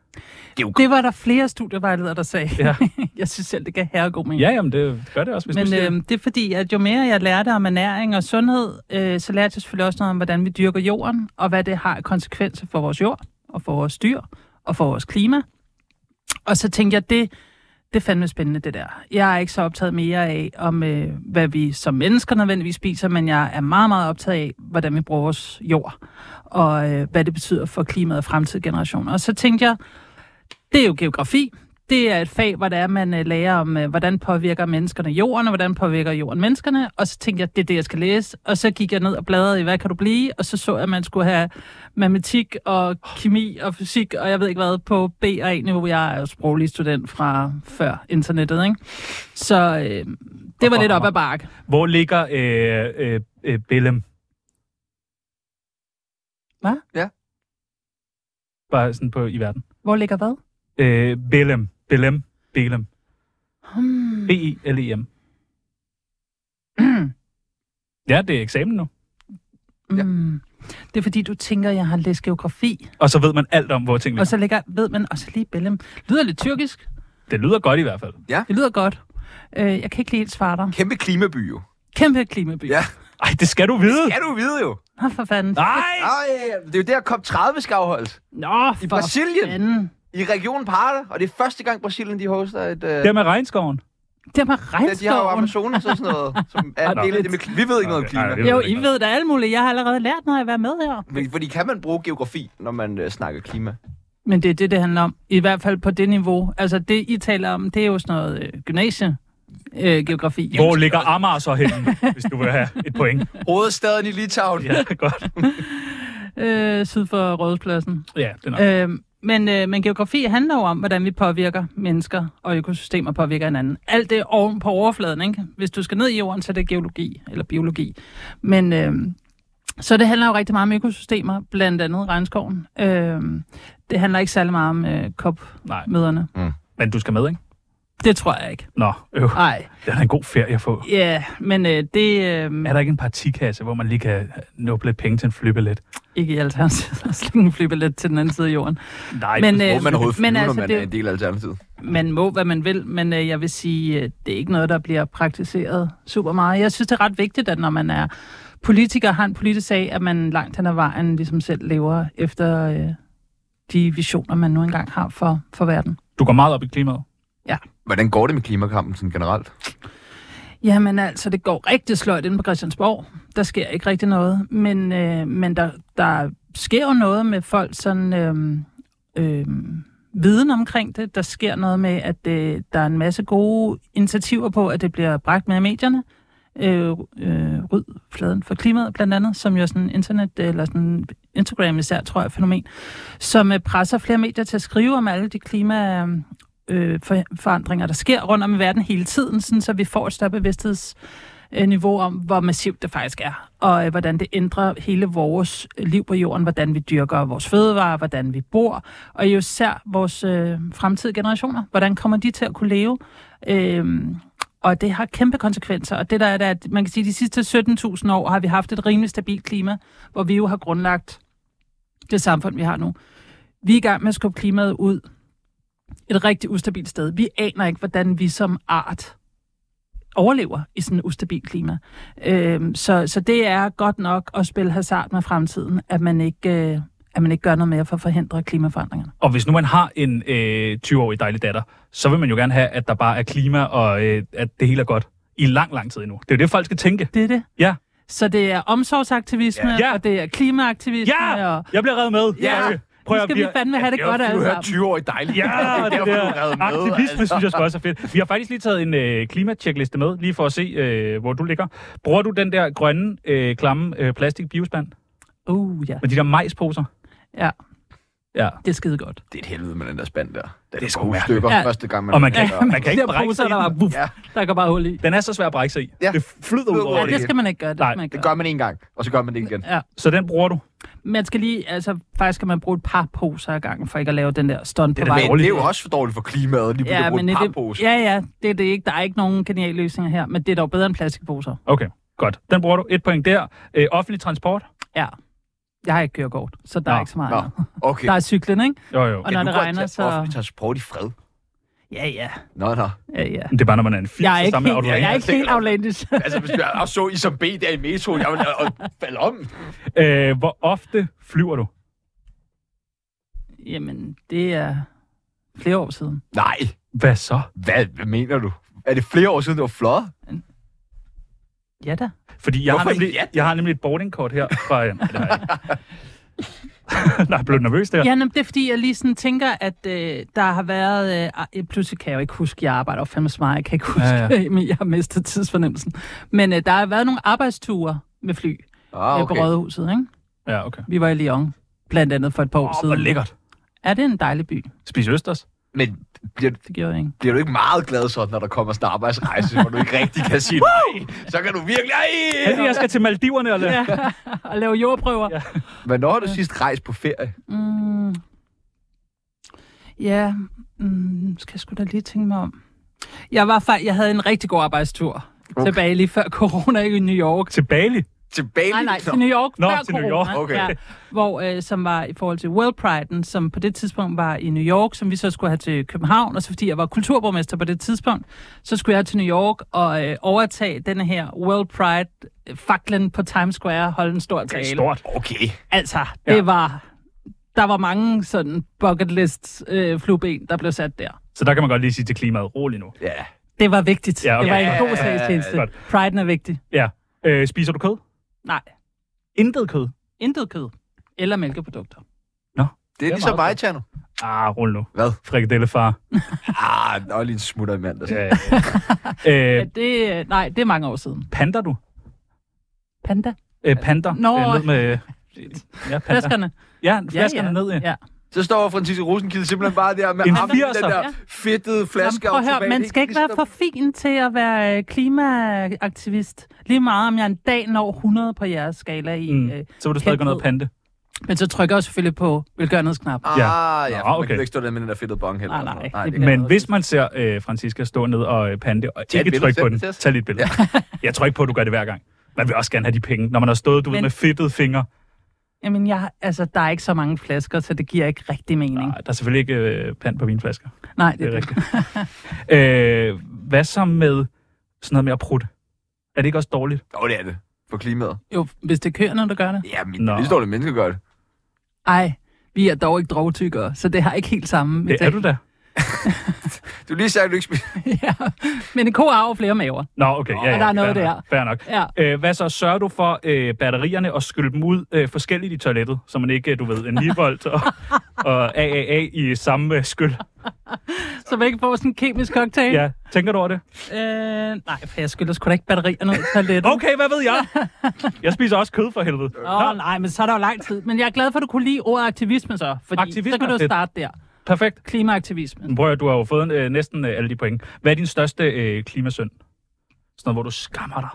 [SPEAKER 2] Det var der flere studievejledere, der sagde.
[SPEAKER 3] Ja.
[SPEAKER 2] jeg synes selv, det gav herregod mening.
[SPEAKER 3] Ja, jamen det gør det også, hvis du
[SPEAKER 2] Men
[SPEAKER 3] siger det.
[SPEAKER 2] øh, det er fordi, at jo mere jeg lærte om ernæring og sundhed, øh, så lærte jeg selvfølgelig også noget om, hvordan vi dyrker jorden, og hvad det har af konsekvenser for vores jord, og for vores dyr, og for vores klima. Og så tænkte jeg, det, det er fandme spændende, det der. Jeg er ikke så optaget mere af, om øh, hvad vi som mennesker nødvendigvis spiser, men jeg er meget, meget optaget af, hvordan vi bruger vores jord, og øh, hvad det betyder for klimaet og fremtidige generationer. Og så tænkte jeg, det er jo geografi. Det er et fag, hvor der er, man øh, lærer om, øh, hvordan påvirker menneskerne jorden, og hvordan påvirker jorden menneskerne. Og så tænkte jeg, det er det, jeg skal læse. Og så gik jeg ned og bladrede i, hvad kan du blive? Og så så jeg, at man skulle have matematik og kemi og fysik, og jeg ved ikke hvad, på B og A-niveau. Jeg er jo sproglig student fra før internettet, ikke? Så øh, det var lidt op ad bakke.
[SPEAKER 3] Hvor ligger øh, øh, øh, Bellem?
[SPEAKER 2] Hva?
[SPEAKER 1] Ja.
[SPEAKER 3] Bare sådan på i verden.
[SPEAKER 2] Hvor ligger hvad?
[SPEAKER 3] Øh, Bellem. Bellem. Bellem. E
[SPEAKER 2] Hmm.
[SPEAKER 3] B-E-L-E-M. Ja, det er eksamen nu.
[SPEAKER 1] Ja.
[SPEAKER 2] Mm. Det er fordi, du tænker, jeg har læst geografi.
[SPEAKER 3] Og så ved man alt om, hvor ting
[SPEAKER 2] Og
[SPEAKER 3] ligger.
[SPEAKER 2] så ligger, ved man, og så lige Bellem. Lyder lidt tyrkisk.
[SPEAKER 3] Det lyder godt i hvert fald.
[SPEAKER 2] Det lyder godt. Øh, jeg kan ikke lige helt svare dig.
[SPEAKER 1] Kæmpe klimaby jo.
[SPEAKER 2] Kæmpe klimaby.
[SPEAKER 1] Ja.
[SPEAKER 3] Ej, det skal du vide!
[SPEAKER 1] Ja, du vide jo.
[SPEAKER 2] Nå, for fanden.
[SPEAKER 3] Nej!
[SPEAKER 1] Ej, det er jo der COP30 skal afholdes.
[SPEAKER 2] Nå,
[SPEAKER 1] I
[SPEAKER 2] for
[SPEAKER 1] Brasilien.
[SPEAKER 2] Fanden.
[SPEAKER 1] I regionen Pará, og det er første gang Brasilien, de hoster et... Øh,
[SPEAKER 3] Det er med regnskoven.
[SPEAKER 2] Det var
[SPEAKER 1] ja, de har jo
[SPEAKER 2] regnskoven.
[SPEAKER 1] Amazonas og sådan noget, som er en
[SPEAKER 3] Nå.
[SPEAKER 1] del af det med klima. Vi ved ikke noget om
[SPEAKER 3] Okay, nej,
[SPEAKER 1] klima.
[SPEAKER 3] det-
[SPEAKER 2] Jo, I ved da alt muligt. Jeg har allerede lært noget af at være med her.
[SPEAKER 1] Men, fordi kan man bruge geografi, når man øh, snakker klima?
[SPEAKER 2] Men det er det, det handler om. I hvert fald på det niveau. Altså, det I taler om, det er jo sådan noget øh, gymnasie. Øh, geografi.
[SPEAKER 3] Hvor ligger Amager så henne, hvis du vil have et point?
[SPEAKER 1] Hovedstaden i Litauen.
[SPEAKER 3] Ja, godt.
[SPEAKER 2] Øh, syd for Rådhuspladsen.
[SPEAKER 3] Ja, det er nok.
[SPEAKER 2] Øh, men, øh, men geografi handler jo om, hvordan vi påvirker mennesker og økosystemer påvirker hinanden. Alt det oven på overfladen, ikke? Hvis du skal ned i jorden, så er det geologi eller biologi. Men øh, så det handler jo rigtig meget om økosystemer, blandt andet regnskoven. Øh, det handler ikke særlig meget om øh,
[SPEAKER 3] Nej,
[SPEAKER 2] COP-møderne.
[SPEAKER 3] men du skal med, ikke?
[SPEAKER 2] Det tror jeg ikke.
[SPEAKER 3] Nå, øv.
[SPEAKER 2] Nej.
[SPEAKER 3] Det er da en god ferie at få.
[SPEAKER 2] Ja, yeah, men øh, det øh,
[SPEAKER 3] Er der ikke en partikasse, hvor man lige kan nuble lidt penge til en flybillet?
[SPEAKER 2] ikke i alternativet at slynge en flybillet til den anden side af jorden.
[SPEAKER 3] Nej,
[SPEAKER 2] Men,
[SPEAKER 3] men,
[SPEAKER 1] Hvor man overhovedet flyver,
[SPEAKER 2] men
[SPEAKER 1] når
[SPEAKER 2] altså,
[SPEAKER 1] man
[SPEAKER 2] det-
[SPEAKER 1] er en del af alternativet.
[SPEAKER 2] man må, hvad man vil, men øh, jeg vil sige, øh, det er ikke noget, der bliver praktiseret super meget. Jeg synes, det er ret vigtigt, at når man er politiker og har en politisk sag, at man langt hen ad vejen ligesom selv lever efter øh, de visioner, man nu engang har for, for verden.
[SPEAKER 3] du går meget op i klimaet.
[SPEAKER 1] Hvordan går det med klimakampen sådan generelt?
[SPEAKER 2] Jamen altså, det går rigtig sløjt inde på Christiansborg. Der sker ikke rigtig noget, men, øh, men der, der sker jo noget med folk sådan... Øh, øh, viden omkring det. Der sker noget med, at øh, der er en masse gode initiativer på, at det bliver bragt med i medierne. Øh, øh, ryd fladen for klimaet blandt andet, som jo er sådan internet, eller sådan Instagram især, tror jeg, fænomen, som øh, presser flere medier til at skrive om alle de klima øh, for- forandringer, der sker rundt om i verden hele tiden, sådan, så vi får et større bevidstheds øh, niveau om, hvor massivt det faktisk er, og øh, hvordan det ændrer hele vores øh, liv på jorden, hvordan vi dyrker vores fødevarer, hvordan vi bor, og jo især vores øh, fremtidige generationer. Hvordan kommer de til at kunne leve? Øh, Og det har kæmpe konsekvenser. Og det der er, det er, at man kan sige, at de sidste 17.000 år har vi haft et rimelig stabilt klima, hvor vi jo har grundlagt det samfund, vi har nu. Vi er i gang med at skubbe klimaet ud et rigtig ustabilt sted. Vi aner ikke, hvordan vi som art overlever i sådan et ustabilt klima. Øhm, så, så det er godt nok at spille hazard med fremtiden, at man ikke, øh, at man ikke gør noget mere for at forhindre klimaforandringerne.
[SPEAKER 3] Og hvis nu man har en øh, 20-årig dejlig datter, så vil man jo gerne have, at der bare er klima, og øh, at det hele er godt i lang, lang tid endnu. Det er jo det, folk skal tænke.
[SPEAKER 2] Det er det.
[SPEAKER 3] Ja.
[SPEAKER 2] Så det er omsorgsaktivisme,
[SPEAKER 3] Ja.
[SPEAKER 2] ja. og det er klimaaktivisme,
[SPEAKER 3] Ja!
[SPEAKER 2] og
[SPEAKER 3] Jeg bliver reddet med.
[SPEAKER 1] Ja!
[SPEAKER 2] nu
[SPEAKER 3] at
[SPEAKER 2] skal vi
[SPEAKER 3] blive-
[SPEAKER 2] fandme have det godt alle
[SPEAKER 1] hørt
[SPEAKER 2] sammen.
[SPEAKER 1] 20 år i dejligt.
[SPEAKER 3] Ja,
[SPEAKER 1] det er
[SPEAKER 3] det
[SPEAKER 1] derfor, du
[SPEAKER 3] der
[SPEAKER 1] redde med.
[SPEAKER 3] aktivisme, altså. synes jeg sgu også er fedt. Vi har faktisk lige taget en øh, klimatjekliste med, lige for at se, øh, hvor du ligger. Bruger du den der grønne, øh, klamme øh, plastikbiospand
[SPEAKER 2] Uh, ja.
[SPEAKER 3] med de der majsposer?
[SPEAKER 2] ja,
[SPEAKER 3] Ja.
[SPEAKER 2] det er skide godt.
[SPEAKER 1] Det er et helvede med den der spand der. Den
[SPEAKER 3] Det
[SPEAKER 1] det
[SPEAKER 3] er
[SPEAKER 1] er
[SPEAKER 3] sgu
[SPEAKER 1] gode
[SPEAKER 3] mærkeligt.
[SPEAKER 1] stykker
[SPEAKER 2] Ja.
[SPEAKER 1] ja. første gang, man,
[SPEAKER 3] Og man kan,
[SPEAKER 1] Ja.
[SPEAKER 3] ikke, man kan ikke
[SPEAKER 2] de der
[SPEAKER 3] brække sig
[SPEAKER 2] poser,
[SPEAKER 3] i
[SPEAKER 2] der, var,
[SPEAKER 3] den.
[SPEAKER 2] buff,
[SPEAKER 1] Ja.
[SPEAKER 2] der går bare hul i.
[SPEAKER 3] Den er så svær at brække sig i.
[SPEAKER 1] Ja.
[SPEAKER 3] Det flyder ud over
[SPEAKER 1] over
[SPEAKER 2] Ja,
[SPEAKER 1] det
[SPEAKER 2] det
[SPEAKER 3] det.
[SPEAKER 2] skal man ikke gøre. Det
[SPEAKER 3] Nej,
[SPEAKER 2] skal man ikke
[SPEAKER 1] Det
[SPEAKER 2] gøre.
[SPEAKER 1] gør man en gang, og så gør man det igen.
[SPEAKER 2] Ja.
[SPEAKER 3] Så den bruger du.
[SPEAKER 2] Man skal lige, altså faktisk skal man bruge et par poser ad gangen, for ikke at lave den der stunt
[SPEAKER 3] Det er
[SPEAKER 2] på
[SPEAKER 3] da
[SPEAKER 1] Men
[SPEAKER 2] vejen.
[SPEAKER 1] det er jo også for dårligt for klimaet, lige på ja, det bruge et
[SPEAKER 2] er
[SPEAKER 1] par
[SPEAKER 2] det-
[SPEAKER 1] poser.
[SPEAKER 2] ja, ja, det, er det er ikke. Der er ikke nogen geniale løsninger her, men det er dog bedre end plastikposer.
[SPEAKER 3] Okay, godt. Den bruger du. Et point der. Øh, offentlig transport.
[SPEAKER 2] Ja. Jeg har ikke kørekort, så der
[SPEAKER 3] Nå,
[SPEAKER 2] er ikke så meget.
[SPEAKER 1] Nå,
[SPEAKER 2] andet.
[SPEAKER 1] okay.
[SPEAKER 2] Der er cyklen, ikke?
[SPEAKER 3] Jo, jo.
[SPEAKER 2] Og når
[SPEAKER 1] du
[SPEAKER 2] det
[SPEAKER 1] kan
[SPEAKER 2] regner,
[SPEAKER 1] tage
[SPEAKER 2] så...
[SPEAKER 1] offentlig transport i fred.
[SPEAKER 2] Ja, ja.
[SPEAKER 1] Nå, nå.
[SPEAKER 2] ja, ja.
[SPEAKER 3] Det er bare, når man er en fis,
[SPEAKER 2] Jeg er ikke
[SPEAKER 3] sammen
[SPEAKER 2] helt,
[SPEAKER 3] med
[SPEAKER 2] jeg er
[SPEAKER 1] Jeg
[SPEAKER 2] ikke helt
[SPEAKER 1] tænker-
[SPEAKER 2] outlandish.
[SPEAKER 1] Altså, hvis jeg også så I som B der i metroen, jeg ville og falde om.
[SPEAKER 3] øh, Hvor ofte flyver du?
[SPEAKER 2] Jamen, det er flere år siden.
[SPEAKER 1] Nej,
[SPEAKER 3] Hvad så?
[SPEAKER 1] hvad, hvad mener du? Er det flere år siden, du var flot? Ah,
[SPEAKER 2] Ja da.
[SPEAKER 3] Fordi jeg har,
[SPEAKER 1] Hvorfor
[SPEAKER 3] nemlig,
[SPEAKER 1] ikke ja?
[SPEAKER 3] jeg har nemlig et boardingkort her fra... Nej, det har jeg ikke. Nej, blev du nervøs der?
[SPEAKER 2] Ja, jamen, det er fordi, jeg lige sådan tænker, at øh, der har været... Øh, ah, pludselig kan jeg jo ikke huske, jeg arbejder jo fandme smart. Jeg kan ikke huske,
[SPEAKER 3] Ja,
[SPEAKER 2] ja, ja. men jeg har mistet tidsfornemmelsen. Men øh, der har været nogle arbejdsture med fly
[SPEAKER 1] Ah,
[SPEAKER 2] øh, på
[SPEAKER 1] okay.
[SPEAKER 2] Rådhuset, ikke?
[SPEAKER 3] Ja, okay.
[SPEAKER 2] Vi var i Lyon, blandt andet for et par år
[SPEAKER 3] Åh,
[SPEAKER 2] siden.
[SPEAKER 3] hvor lækkert.
[SPEAKER 2] Er det en dejlig by?
[SPEAKER 3] Spis østers.
[SPEAKER 1] Men bliver,
[SPEAKER 2] Det gjorde jeg ikke.
[SPEAKER 1] bliver du ikke meget glad så, når der kommer Altså, sådan en arbejdsrejse, hvor du ikke rigtig kan sige nej? Så kan du virkelig...
[SPEAKER 3] Heldig,
[SPEAKER 1] Ej!
[SPEAKER 3] jeg skal til Maldiverne og lave... Ja.
[SPEAKER 2] Og lave jordprøver.
[SPEAKER 3] Ja.
[SPEAKER 2] Ja.
[SPEAKER 1] Hvornår har du sidst rejst på ferie?
[SPEAKER 2] Mm, ja, mm, skal jeg sgu da lige tænke mig om. Jeg, var fej- jeg havde en rigtig god arbejdstur
[SPEAKER 1] Okay.
[SPEAKER 2] okay. tilbage lige før corona ikke i New York.
[SPEAKER 3] Til Bali.
[SPEAKER 1] Tilbage?
[SPEAKER 2] Nej, nej, til
[SPEAKER 1] Nå,
[SPEAKER 2] New York
[SPEAKER 3] Nå,
[SPEAKER 2] før
[SPEAKER 3] til New
[SPEAKER 2] corona,
[SPEAKER 3] York,
[SPEAKER 1] okay.
[SPEAKER 2] hvor, øh, som var i forhold til World Pride'en, som på det tidspunkt var i New York, som vi så skulle have til København, og så fordi jeg var kulturborgmester på det tidspunkt, så skulle jeg til New York og øh, overtage denne her World Pride-faklen på Times Square, holde en stor
[SPEAKER 3] Det
[SPEAKER 2] tale.
[SPEAKER 3] er stort.
[SPEAKER 1] Okay.
[SPEAKER 2] Altså,
[SPEAKER 3] Ja.
[SPEAKER 2] det ja. var... Der var mange sådan bucket list øh, flueben, der blev sat der.
[SPEAKER 3] Så der kan man godt lige sige til klimaet, rolig nu.
[SPEAKER 1] Ja.
[SPEAKER 2] Det var vigtigt.
[SPEAKER 3] Ja, okay.
[SPEAKER 2] Det var en
[SPEAKER 1] Ja,
[SPEAKER 2] god sagstjeneste.
[SPEAKER 3] godt.
[SPEAKER 2] Pride'en er vigtig.
[SPEAKER 3] Ja. Øh, spiser du kød?
[SPEAKER 2] Nej,
[SPEAKER 3] Intet kød.
[SPEAKER 2] intet kød eller mælkeprodukter.
[SPEAKER 1] Det er
[SPEAKER 3] er
[SPEAKER 1] ligesom
[SPEAKER 3] meget
[SPEAKER 1] mig, Tjerno.
[SPEAKER 3] Ah, rul nu.
[SPEAKER 1] Hvad?
[SPEAKER 3] Frikadellefar.
[SPEAKER 1] Ah, der var lige en smutter i mandags.
[SPEAKER 3] Ja. øh,
[SPEAKER 2] Ja, det, øh, nej, det er mange år siden.
[SPEAKER 3] panter du?
[SPEAKER 2] Panda.
[SPEAKER 3] Øh, panter.
[SPEAKER 2] Nå.
[SPEAKER 3] Øh, ned med... Ja, panter.
[SPEAKER 2] Flaskerne.
[SPEAKER 3] Ja, flaskerne ned, ja.
[SPEAKER 2] ja.
[SPEAKER 1] Så står Francisco Rosenkilde simpelthen bare der med
[SPEAKER 3] En
[SPEAKER 1] armen i den
[SPEAKER 3] 80'er.
[SPEAKER 1] der
[SPEAKER 2] Ja.
[SPEAKER 1] fedtede flaske.
[SPEAKER 2] Jamen, prøv at høre,
[SPEAKER 1] automat.
[SPEAKER 2] man skal ikke være for fin til at være øh, klimaaktivist. Lige meget om jeg en dag når 100 på jeres skala i... Mm. Øh.
[SPEAKER 3] Mm. Så vil du stadig gå ned og
[SPEAKER 2] kendthed.
[SPEAKER 3] pante.
[SPEAKER 2] Men så trykker jeg selvfølgelig på velgørenhedsknap.
[SPEAKER 1] Ah,
[SPEAKER 3] Ja.
[SPEAKER 1] ja, ja
[SPEAKER 3] Nå,
[SPEAKER 1] for man
[SPEAKER 3] okay.
[SPEAKER 1] kan jo ikke stå der med den der fedtede bong heller. altså.
[SPEAKER 2] Nej, Ah, nej,
[SPEAKER 1] nej
[SPEAKER 2] det
[SPEAKER 1] det
[SPEAKER 2] bliver-
[SPEAKER 1] kan-
[SPEAKER 3] Men hvis man ser øh, Francisca stå ned og øh, pande, og
[SPEAKER 1] Tag et
[SPEAKER 3] ikke
[SPEAKER 1] billede,
[SPEAKER 3] trykke på
[SPEAKER 1] send
[SPEAKER 3] den,
[SPEAKER 1] det til os.
[SPEAKER 3] tag lige et billede. Jeg tror ikke på, at du gør det hver gang. Man vil også gerne have de penge, når man har stået du ved,
[SPEAKER 2] Men-
[SPEAKER 3] med fedtede fingre.
[SPEAKER 2] Jamen, jeg, altså, der er ikke så mange flasker, så det giver ikke rigtig mening.
[SPEAKER 3] Nej, der er selvfølgelig ikke øh, pand på vinflasker.
[SPEAKER 2] Nej,
[SPEAKER 3] Det er rigtigt. øh, hvad så med sådan noget med at prutte? Er det ikke også dårligt?
[SPEAKER 1] Jo, det er det. For klimaet.
[SPEAKER 2] Jo, hvis det er køerne, der gør det.
[SPEAKER 1] Ja, men
[SPEAKER 3] Nå.
[SPEAKER 1] lige så dårlige mennesker gør det.
[SPEAKER 2] Ej, vi er dog ikke drogtykkere, så det har ikke helt samme.
[SPEAKER 3] Det er du da.
[SPEAKER 1] Du har lige sagt, at du ikke spiser.
[SPEAKER 2] ja. Men en ko arver flere maver.
[SPEAKER 3] Nå, okay. Ja, ja,
[SPEAKER 2] Og der er noget
[SPEAKER 3] fair nok,
[SPEAKER 2] der.
[SPEAKER 3] Fair nok.
[SPEAKER 2] Ja.
[SPEAKER 3] Øh, hvad så? Sørger du for øh, batterierne og skylle dem ud øh, forskelligt i toilettet, så man ikke, øh, du ved, en 9 volt og, og AAA i samme øh, skyld?
[SPEAKER 2] Så man ikke får sådan en kemisk cocktail.
[SPEAKER 3] Ja, tænker du over det?
[SPEAKER 2] Øh, nej, for jeg skylder sgu da ikke batterierne ud i toilettet.
[SPEAKER 3] Okay, hvad ved jeg? Jeg spiser også kød for helvede.
[SPEAKER 2] Åh, oh,
[SPEAKER 3] Nå,
[SPEAKER 2] nej, men så er der jo lang tid. Men jeg er glad for, at du kunne lide ordet aktivisme så, fordi
[SPEAKER 3] Aktivisme
[SPEAKER 2] så kan
[SPEAKER 3] er
[SPEAKER 2] du
[SPEAKER 3] fedt.
[SPEAKER 2] starte der.
[SPEAKER 3] perfekt.
[SPEAKER 2] Klimaaktivisme.
[SPEAKER 3] Prøv at høre, du har jo fået øh, næsten øh, alle de point. Hvad er din største øh, klimasynd? Sådan noget, hvor du skammer dig.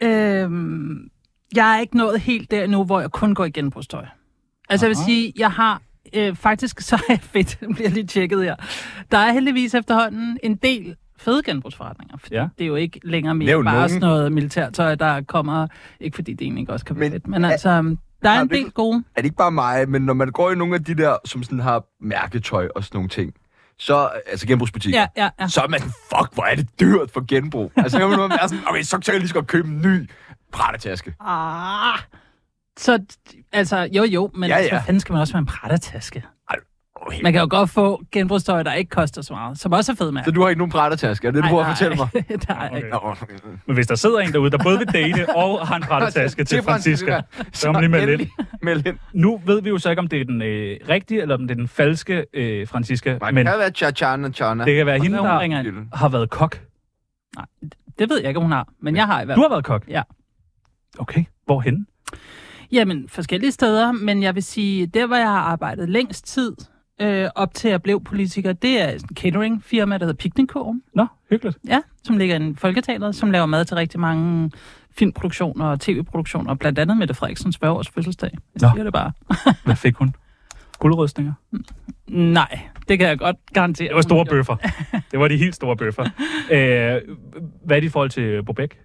[SPEAKER 2] Øhm, jeg er ikke nået helt der nu, hvor jeg kun går i genbrugstøj. Altså, Aha. jeg vil
[SPEAKER 3] Aha.
[SPEAKER 2] sige, jeg har øh, faktisk, så er jeg fedt, nu bliver jeg lige tjekket her. Der er heldigvis efterhånden en del fede genbrugsforretninger. Fordi
[SPEAKER 3] Ja.
[SPEAKER 2] ja. det er jo ikke længere mere
[SPEAKER 6] Nævn
[SPEAKER 2] bare
[SPEAKER 6] nogen.
[SPEAKER 2] sådan noget militærtøj, der kommer. Ikke fordi det egentlig ikke også kan være
[SPEAKER 1] Men-
[SPEAKER 2] men, fedt, men altså, der er
[SPEAKER 1] har
[SPEAKER 2] en
[SPEAKER 1] det-
[SPEAKER 2] del gode.
[SPEAKER 1] er det ikke bare mig, men når man går i nogle af de der, som sådan har mærketøj og sådan nogle ting, så, altså genbrugsbutikker,
[SPEAKER 2] Ja, ja, ja.
[SPEAKER 1] så er man sådan, fuck, hvor er det dyrt for genbrug. altså, så kan man være sådan, okay, så kan jeg lige så godt købe en ny pratertaske.
[SPEAKER 2] Ah. Så, altså, jo jo, men
[SPEAKER 1] Ja,
[SPEAKER 2] ja, ja. Altså,
[SPEAKER 1] ja.
[SPEAKER 2] hvad fanden skal man også med en prættertaske?
[SPEAKER 1] Okay.
[SPEAKER 2] Man kan jo godt få genbrugstøj, der ikke koster så meget, som også er fed med.
[SPEAKER 1] Så du har ikke nogen pratertaske, er det, du prøver at fortælle mig?
[SPEAKER 2] nej, okay.
[SPEAKER 3] Okay.
[SPEAKER 1] Nå, okay.
[SPEAKER 3] Men hvis der sidder en derude, der både vil date og har en brættetaske til Francisca, så er hun lige med lidt.
[SPEAKER 1] endelig Meld ind.
[SPEAKER 3] Nu ved vi jo så ikke, om det er den øh, rigtige, eller om det er den falske øh, Francisca,
[SPEAKER 1] Man
[SPEAKER 3] men
[SPEAKER 1] kan være Chachana Chana.
[SPEAKER 3] det kan være hende,
[SPEAKER 2] Når hun
[SPEAKER 3] der
[SPEAKER 2] ringer ind.
[SPEAKER 3] har været kok.
[SPEAKER 2] Nej, det ved jeg ikke, om hun har, men jeg har i hvert
[SPEAKER 3] Du
[SPEAKER 2] fald.
[SPEAKER 3] har været kok?
[SPEAKER 2] Ja.
[SPEAKER 3] Okay, hvorhen?
[SPEAKER 2] Jamen, forskellige steder, men jeg vil sige, der hvor jeg har arbejdet længst tid, øh, op til jeg blev politiker, det er et cateringfirma, der hedder Picnickogen,
[SPEAKER 3] Nå, hyggeligt.
[SPEAKER 2] ja, som ligger i Folketalet, som laver mad til rigtig mange filmproduktioner og tv-produktioner, blandt andet Mette Frederiksens 40-års fødselsdag. Jeg
[SPEAKER 3] Nå.
[SPEAKER 2] siger det bare.
[SPEAKER 3] Hvad fik hun? Guldrødstinger.
[SPEAKER 2] Nej, det kan jeg godt garantere.
[SPEAKER 3] Det var store bøffer. Det var de helt store bøffer. Øh, hvad er dit forhold til Bobæk?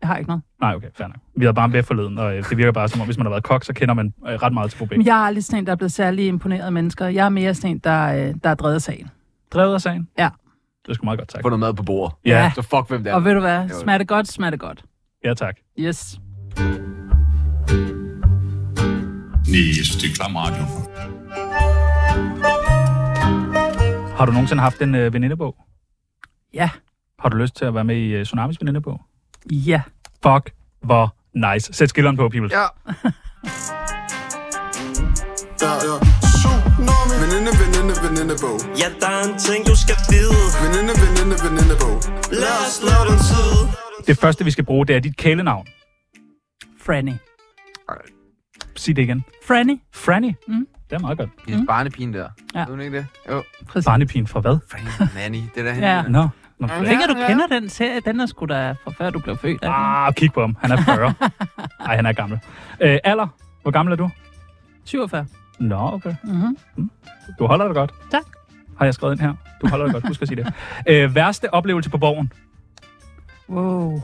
[SPEAKER 2] Jeg har ikke noget.
[SPEAKER 3] Nej, okay, fair nok. Vi havde bare med forleden, og øh, det virker bare som om, hvis man har været kok, så kender man øh, ret meget til Bobæk.
[SPEAKER 2] Men jeg er aldrig sådan en, der er blevet særlig imponeret af mennesker. Jeg er mere sådan en, der, øh, der er drevet af sagen.
[SPEAKER 3] Drevet af sagen?
[SPEAKER 2] Ja.
[SPEAKER 3] Det skulle meget godt, tak.
[SPEAKER 1] Få noget mad på bordet.
[SPEAKER 3] Ja,
[SPEAKER 2] Ja.
[SPEAKER 1] Så fuck, hvem det
[SPEAKER 2] Ja.
[SPEAKER 1] er.
[SPEAKER 2] Og ved du hvad?
[SPEAKER 1] Jo.
[SPEAKER 2] Smager det godt, smager det godt.
[SPEAKER 3] ja tak.
[SPEAKER 2] Yes.
[SPEAKER 7] Næste, det er klam radio.
[SPEAKER 3] Har du nogensinde haft en øh, venindebog?
[SPEAKER 2] Ja.
[SPEAKER 3] Har du lyst til at være med i øh, Tsunamis venindebog?
[SPEAKER 2] Ja.
[SPEAKER 3] Fuck, hvor nice. Sæt skilleren på, people.
[SPEAKER 1] Ja.
[SPEAKER 5] Ja, ja. Tsunami. Veninde, veninde, venindebog.
[SPEAKER 4] Ja, der er en ting, du skal vide
[SPEAKER 5] Veninde, veninde, venindebog.
[SPEAKER 4] Lad os slå den tid
[SPEAKER 3] Det første, vi skal bruge, det er dit kælenavn.
[SPEAKER 2] Franny.
[SPEAKER 3] Sig det igen.
[SPEAKER 2] Franny.
[SPEAKER 3] Franny.
[SPEAKER 2] Mm.
[SPEAKER 3] Det er meget godt.
[SPEAKER 1] Det er en barnepige der.
[SPEAKER 2] Ja.
[SPEAKER 1] Ved hun ikke det? Jo.
[SPEAKER 2] Præcis.
[SPEAKER 3] Barnepin fra hvad?
[SPEAKER 1] Frank Nanny, det er der hende.
[SPEAKER 2] Ja.
[SPEAKER 1] der.
[SPEAKER 3] Nå. Nå.
[SPEAKER 2] Jeg tænker, du kender den serie. Den er sgu da fra før, du blev født. er den ikke?
[SPEAKER 3] Ah, kig på ham. Han er 40. Nej, han er gammel. Øh, alder? Hvor gammel er du?
[SPEAKER 2] 47.
[SPEAKER 3] Nå, okay. Mm.
[SPEAKER 2] Mm-hmm.
[SPEAKER 3] Du holder det godt.
[SPEAKER 2] Tak.
[SPEAKER 3] Har jeg skrevet ind her? Du holder det godt. Husk at sige det. Øh, værste oplevelse på borgen?
[SPEAKER 2] Wow.